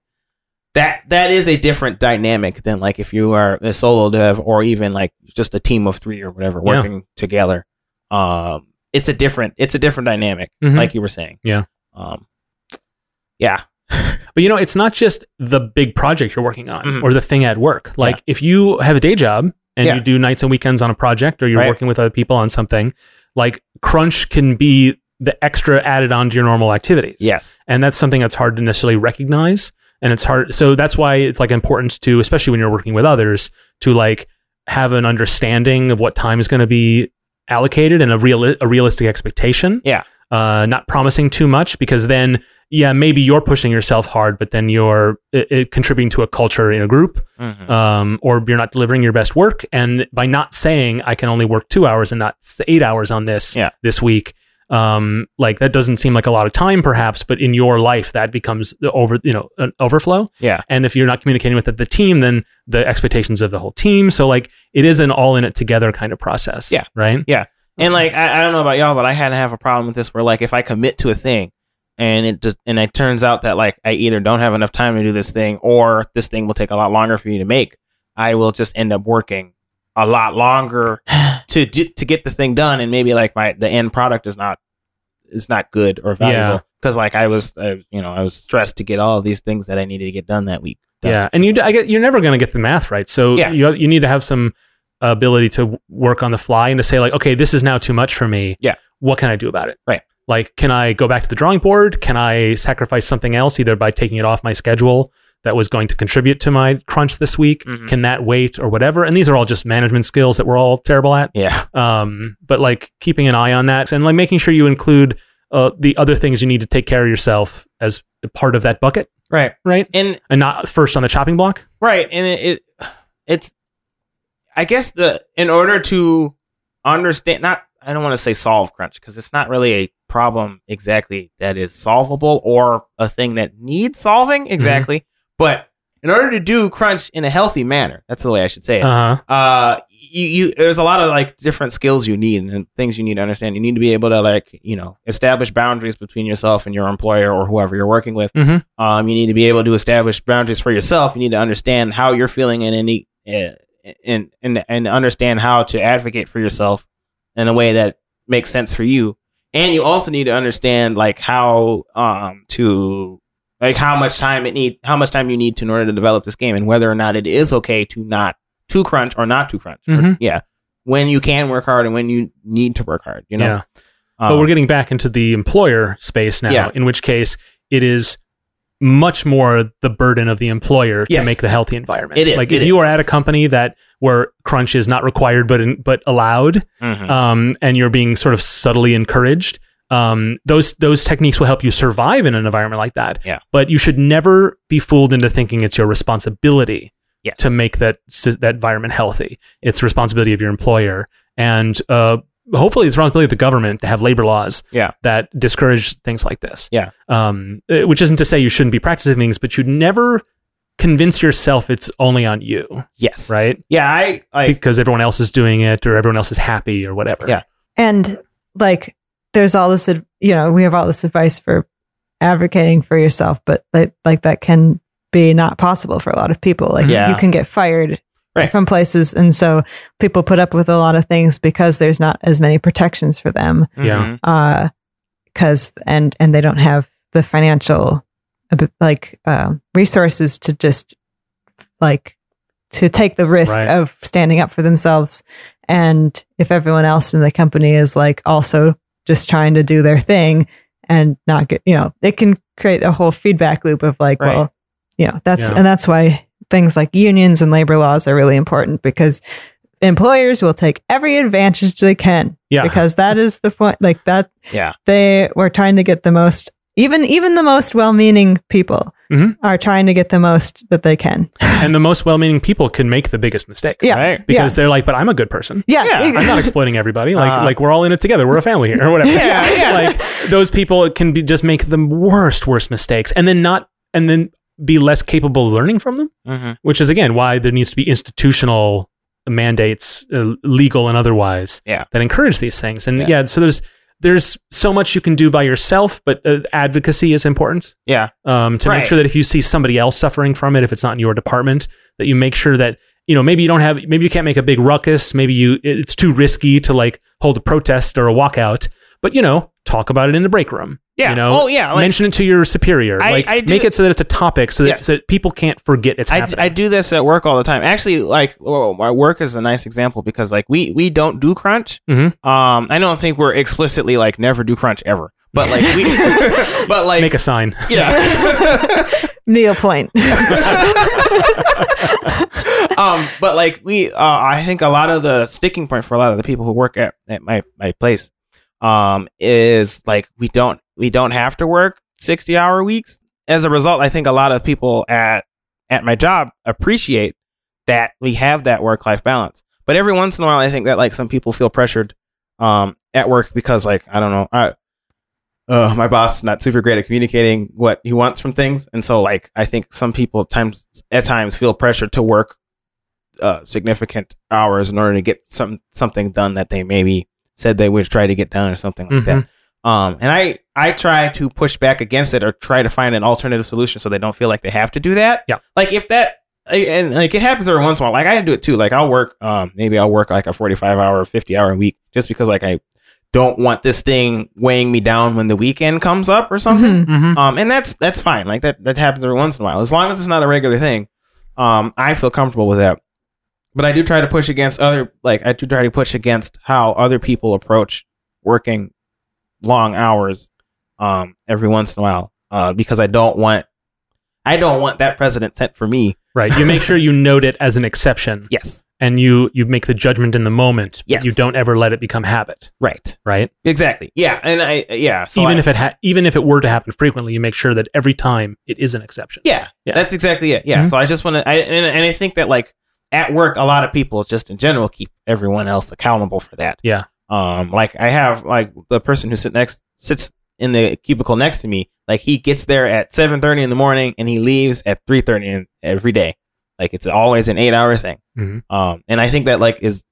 that that is a different dynamic than like if you are a solo dev or even like just a team of three or whatever Yeah. working together. Um, it's a different it's a different dynamic, Mhm. like you were saying. Yeah. Um. Yeah. But you know, it's not just the big project you're working on Mhm. or the thing at work. Like if you have a day job and Yeah. you do nights and weekends on a project or you're Right. working with other people on something, like crunch can be the extra added on to your normal activities. Yes. and that's something that's hard to necessarily recognize and it's hard so that's why it's like important to especially when you're working with others to like have an understanding of what time is going to be allocated and a real a realistic expectation Yeah. uh not promising too much because then yeah maybe you're pushing yourself hard but then you're it, it contributing to a culture in a group um or you're not delivering your best work and by not saying i can only work 2 hours and not s- 8 hours on this Yeah. this week um like that doesn't seem like a lot of time perhaps but in your life that becomes the over you know an overflow Yeah. and if you're not communicating with the, the team then the expectations of the whole team so like it is an all in it together kind of process Yeah. right Mm-hmm. And like I, I don't know about y'all, but I had to have a problem with this where like if I commit to a thing and it just and it turns out that like I either don't have enough time to do this thing or this thing will take a lot longer for you to make, I will just end up working a lot longer to do, to get the thing done and maybe like my the end product is not is not good or Yeah. valuable because like I was I, you know I was stressed to get all of these things that I needed to get done that week. done. yeah and you d- I get, you're never going to get the math right so Yeah. you you need to have some ability to w- work on the fly and to say like okay this is now too much for me Yeah. what can i do about it Right. like like can i go back to the drawing board can i sacrifice something else either by taking it off my schedule that was going to contribute to my crunch this week? Mhm. Can that wait or whatever? And these are all just management skills that we're all terrible at. Yeah. Um, but like keeping an eye on that and like making sure you include uh, the other things you need to take care of yourself as part of that bucket, Right. right? And And not first on the chopping block. right. And it, it it's I guess the in order to understand not I don't want to say solve crunch because it's not really a problem exactly that is solvable or a thing that needs solving exactly. But in order to do crunch in a healthy manner, that's the way I should say it. Uh huh. uh you, you there's a lot of like different skills you need and things you need to understand you need to be able to like you know establish boundaries between yourself and your employer or whoever you're working with Mhm. um you need to be able to establish boundaries for yourself you need to understand how you're feeling and any uh, and and and understand how to advocate for yourself in a way that makes sense for you and you also need to understand like how um to like how much time it need how much time you need to in order to develop this game and whether or not it is okay to not to crunch or not to crunch. Or- Mhm. yeah. When you can work hard and when you need to work hard, you know. yeah. Um, but we're getting back into the employer space now, Yeah. in which case it is much more the burden of the employer Yes. to make the healthy environment. It is, like it if is. you are at a company that where crunch is not required but in, but allowed, mhm. um, and you're being sort of subtly encouraged, um, those those techniques will help you survive in an environment like that. Yeah. But you should never be fooled into thinking it's your responsibility Yes. to make that sy- that environment healthy. It's the responsibility of your employer, and uh, hopefully, it's the responsibility of the government to have labor laws Yeah. that discourage things like this. Yeah. Um, eh, which isn't to say you shouldn't be practicing things, but you never convince yourself it's only on you, yes. Right. right? Yeah, I like Because everyone else is doing it, or everyone else is happy, or whatever. Yeah. And like, there's all this, ad- you know, we have all this advice for advocating for yourself, but like, like that can be not possible for a lot of people. Like, Yeah. you can get fired Right. from places, and so people put up with a lot of things because there's not as many protections for them. Yeah. mhm. uh because and and they don't have the financial ab- like uh, resources to just like to take the risk Right. of standing up for themselves and if everyone else in the company is like also just trying to do their thing and not get you know it can create a whole feedback loop of like Right. well you know that's Yeah. and that's why things like unions and labor laws are really important because employers will take every advantage they can Yeah. because that is the point like that Mm-hmm. Yeah. they were trying to get the most even even the most well-meaning people Mhm. are trying to get the most that they can and the most well-meaning people can make the biggest mistakes. Yeah. Right. Because they're like, but I'm a good person. yeah, Yeah, I'm not exploiting everybody. Like, Uh. like we're all in it together. We're a family here, or whatever. Yeah, yeah. Like those people can be just make the worst, worst mistakes, and then not, and then be less capable of learning from them. Mhm. Which is again why there needs to be institutional mandates, uh, legal and otherwise, Yeah. that encourage these things. And Yeah. yeah, so there's there's so much you can do by yourself, but uh, advocacy is important Yeah. um, to Right. make sure that if you see somebody else suffering from it, if it's not in your department, that you make sure that you know maybe you don't have maybe you can't make a big ruckus, maybe you it- it's too risky to like hold a protest or a walkout, but you know talk about it in the break room. Yeah. You know, Oh, yeah, like- mention it to your superior. I- like I do- make it so that it's a topic, so that, Yeah. so that people can't forget it's I, happening. I do this at work all the time. Actually, like well, my work is a nice example because like we we don't do crunch. Mhm. Um, I don't think we're explicitly like never do crunch ever, but like we, but like make a sign. yeah. neil point um, but like we, uh, I think a lot of the sticking point for a lot of the people who work at, at my my place, um, is like we don't we don't have to work sixty hour weeks. As a result, I think a lot of people at at my job appreciate that we have that work life balance. But every once in a while, I think that like some people feel pressured, um, at work because like I don't know, I, uh, my boss is not super great at communicating what he wants from things, and so like I think some people times at times feel pressured to work uh, significant hours in order to get some something done that they maybe said they would try to get done or something like that. Um, and I I try to push back against it or try to find an alternative solution so they don't feel like they have to do that. Yeah. like if that. I- And like it happens every once in a while. Like I do it too. Like I'll work, um, maybe I'll work like a forty-five hour, fifty-hour week, just because like I don't want this thing weighing me down when the weekend comes up or Mhm. something. Mm-hmm. Um, and that's that's fine. Like that that happens every once in a while. As long as it's not a regular thing, um, I feel comfortable with that. But I do try to push against other like I do try to push against how other people approach working long hours um every once in a while. Uh because I don't want I don't want that president sent for me. Right. You make sure you note it as an exception Yes. and you you make the judgment in the moment. but Yes. You don't ever let it become habit, Right. right? Exactly. Yeah. And I yeah. So even I- if it ha- even if it were to happen frequently, you make sure that every time it is an exception. Yeah, Yeah. that's exactly it. Yeah. Mhm. So I just want to, I, and, and I think that like at work, a lot of people just in general keep everyone else accountable for that. Yeah. Um, like I have like the person who sit next sits in the cubicle next to me. Like he gets there at seven thirty in the morning and he leaves at three thirty in every day. Like it's always an eight hour thing. Mhm. Um, and I think that like is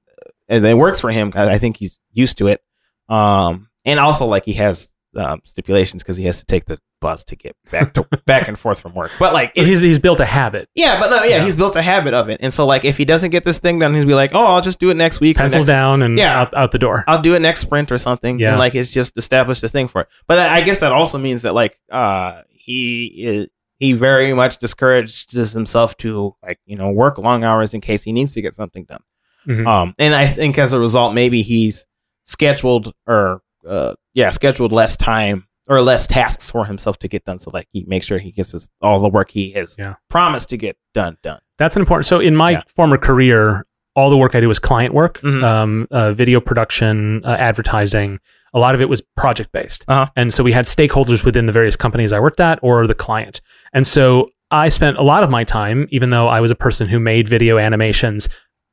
and it works for him. 'cause I think he's used to it. Um, and also like he has um, stipulations because he has to take the bus to get back to back and forth from work. But like So it, he's he's built a habit. yeah, but no, yeah, Yeah. he's built a habit of it. And so like if he doesn't get this thing done, he'll be like, oh, I'll just do it next week. or Pencils next- down and Yeah. out, out the door. I'll do it next sprint or something. Yeah. And like it's just established a thing for it. But I I guess that also means that like uh he is he very much discourages himself to like you know work long hours in case he needs to get something done. Mhm. Um, and I think as a result, maybe he's scheduled or uh, yeah, scheduled less time or less tasks for himself to get done. So like he makes sure he gets his, all the work he has Yeah. promised to get done done. That's an important. So in my Yeah. former career, all the work I do was client work, Mhm. um, uh, video production, uh, advertising. A lot of it was project based, Uh-huh. and so we had stakeholders within the various companies I worked at or the client. And so I spent a lot of my time, even though I was a person who made video animations.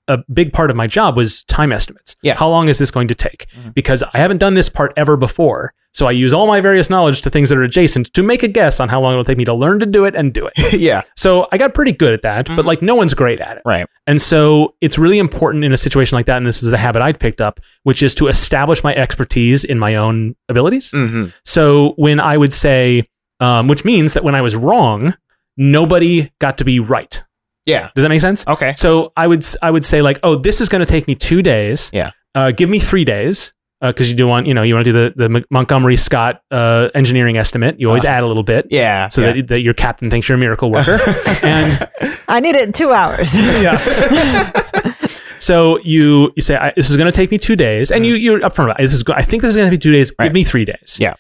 A big part of my job was time estimates. Yeah. How long is this going to take? Mhm. Because I haven't done this part ever before. So I use all my various knowledge to things that are adjacent to make a guess on how long it'll take me to learn to do it and do it. yeah. So I got pretty good at that, but Mhm. like no one's great at it. Right. And so it's really important in a situation like that. And this is the habit I'd picked up, which is to establish my expertise in my own abilities. Mm-hmm. So when I would say, um, which means that when I was wrong, nobody got to be right. Yeah. Does that make sense? Okay. So I would s- I would say like, oh, this is going to take me two days. Yeah. Uh, give me three days because you do want you know you want to do the the Mon- Montgomery Scott uh, engineering estimate. You always add a little bit. Ah. Yeah. So yeah. that, that your captain thinks you're a miracle worker, and I need it in two hours. So you you say I, this is going to take me two days, and you you're upfront about it. this is. go- I think this is going to be two days. Give Mm-hmm. Right. me three days. Yeah.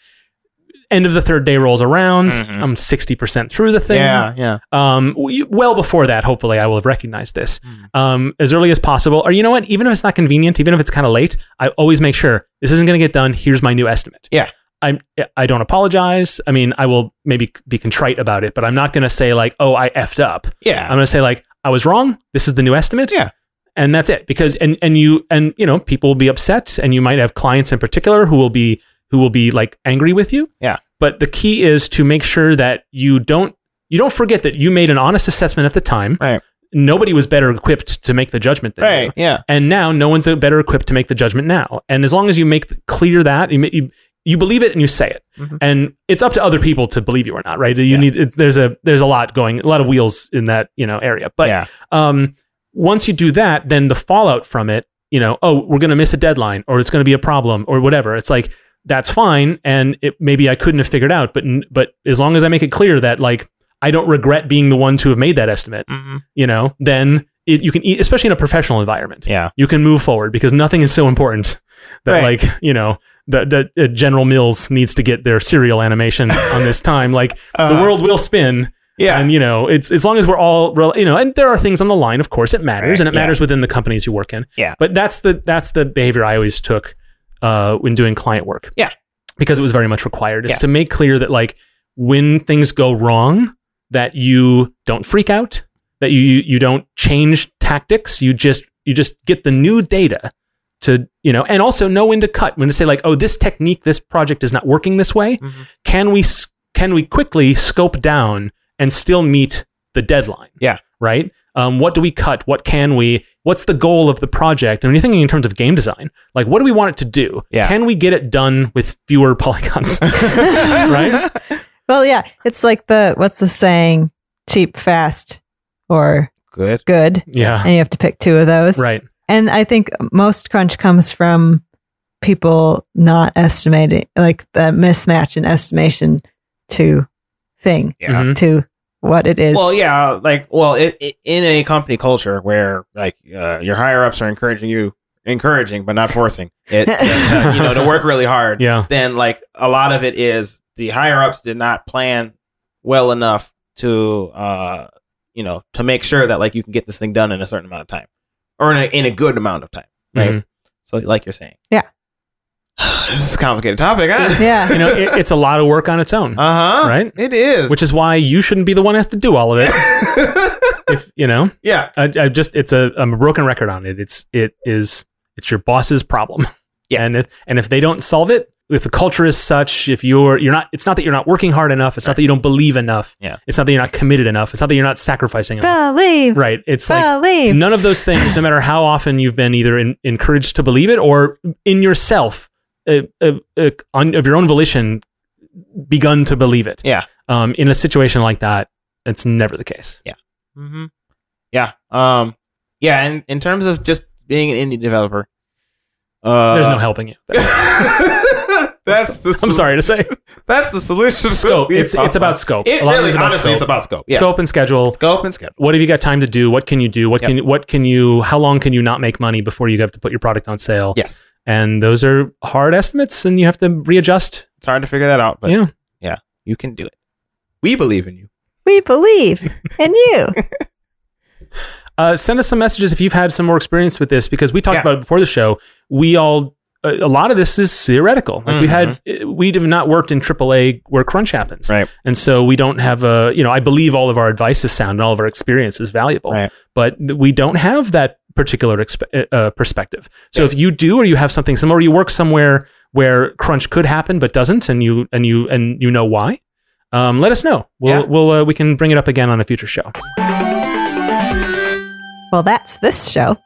End of the third day rolls around. Mhm. I'm sixty percent through the thing. yeah, yeah. Um. we- Well before that, hopefully, I will have recognized this. Mm. Um. As early as possible, or you know what? Even if it's not convenient, even if it's kind of late, I always make sure this isn't going to get done. Here's my new estimate. Yeah. I'm. I don't apologize. I mean, I will maybe be contrite about it, but I'm not going to say like, "Oh, I effed up." Yeah. I'm going to say like I was wrong. This is the new estimate. Yeah. And that's it because and and you and you know people will be upset and you might have clients in particular who will be who will be like angry with you. Yeah. But the key is to make sure that you don't you don't forget that you made an honest assessment at the time. Right. Nobody was better equipped to make the judgment than you. right. Yeah. And now no one's better equipped to make the judgment now. And as long as you make clear that you ma- you, you believe it and you say it, Mhm. and it's up to other people to believe you or not, right? You Yeah. need it's, there's a there's a lot going, a lot of wheels in that you know area. But yeah. um, once you do that, then the fallout from it, you know, oh, we're going to miss a deadline or it's going to be a problem or whatever. It's like that's fine, and it maybe I couldn't have figured out, but n- but as long as I make it clear that like I don't regret being the one to have made that estimate, mm-hmm. hmm you know, then it, you can, e- especially in a professional environment, Yeah. you can move forward because nothing is so important that Right. like you know that that uh, General Mills needs to get their serial animation on this time. Like the Uh, world will spin, Yeah. and you know it's as long as we're all rel- you know, and there are things on the line. Of course, it matters, Right, and it yeah. matters within the companies you work in. Yeah. but that's the that's the behavior I always took uh, when doing client work. Yeah. because it was very much required. Is Yeah. to make clear that like when things go wrong, that you don't freak out, that you you, you don't change tactics. You just you just get the new data to you know, and also know when to cut. When to say like, oh, this technique, this project is not working this way. Mhm. Can we s- can we quickly scope down and still meet the deadline? Yeah. right. Um, what do we cut? What can we? What's the goal of the project? And when you're thinking in terms of game design, like what do we want it to do? Yeah. Can we get it done with fewer polygons? right? well, yeah, it's like the what's the saying? Cheap, fast, or Good. good, Yeah. and you have to pick two of those. Right. And I think most crunch comes from people not estimating, like the mismatch in estimation to thing Yeah. Mhm. to what it is. Well, yeah, like well, it, it, in a company culture where like uh, your higher ups are encouraging you, encouraging but not forcing it, to, you know, to work really hard. Yeah. Then like a lot of it is the higher ups did not plan well enough to uh you know to make sure that like you can get this thing done in a certain amount of time or in a, in a good amount of time right Mhm. so like you're saying Yeah. this is a complicated topic huh? Yeah. You know, it, it's a lot of work on its own, uh-huh Right? it is which is why you shouldn't be the one who has to do all of it. if you know, yeah I, I just it's a I'm a broken record on it. It's it is it's your boss's problem. yes And if and if they don't solve it, if the culture is such, if you're you're not, it's not that you're not working hard enough. It's not that you don't believe enough. Yeah. It's not that you're not committed enough. It's not that you're not sacrificing enough. Believe. Right. It's like Believe. none of those things. No matter how often you've been either in, encouraged to believe it or in yourself, uh, uh, uh, on of your own volition, begun to believe it. Yeah. Um, in a situation like that, it's never the case. Mm-hmm. Yeah. Um. Yeah. And in terms of just being an indie developer, uh, There's no helping you. that's the. I'm sol- sorry to say. That's the solution. to Scope. the It's it's problem. about scope. It A lot of really, is honestly, it's about scope. Yeah. Scope and schedule. Scope and schedule. what have you got time to do? What can you do? What Yep. can what can you? How long can you not make money before you have to put your product on sale? Yes. And those are hard estimates, and you have to readjust. It's hard to figure that out, but yeah, you can do it. We believe in you. We believe in you. uh, send us some messages if you've had some more experience with this, because we talked Yeah. about it before the show. We all a a lot of this is theoretical. Like we've had eh, we have not worked in AAA where crunch happens, Mm-hmm. Right. and so we don't have a you know I believe all of our advice is sound and all of our experience is valuable, Right. but th- we don't have that particular exp- uh, perspective. So if you do, or you have something similar, or you work somewhere where crunch could happen but doesn't, and you and you and you know why, um, let us know. We'll Yeah. we'll uh, we can bring it up again on a future show. Well, that's this show.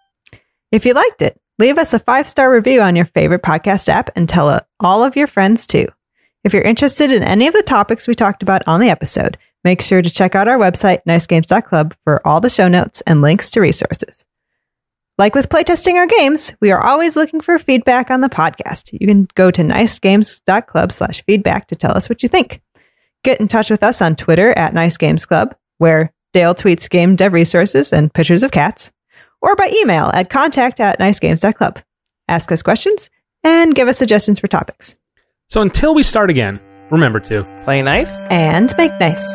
If you liked it, leave us a five star review on your favorite podcast app and tell uh, all of your friends too. If you're interested in any of the topics we talked about on the episode, make sure to check out our website, nicegames.club, for all the show notes and links to resources. Like with playtesting our games, we are always looking for feedback on the podcast. You can go to nicegames.club slash feedback to tell us what you think. Get in touch with us on Twitter at Nice Games Club, where Dale tweets game dev resources and pictures of cats, or by email at contact at nicegames.club. Ask us questions and give us suggestions for topics. So until we start again, remember to. Play nice. And make nice.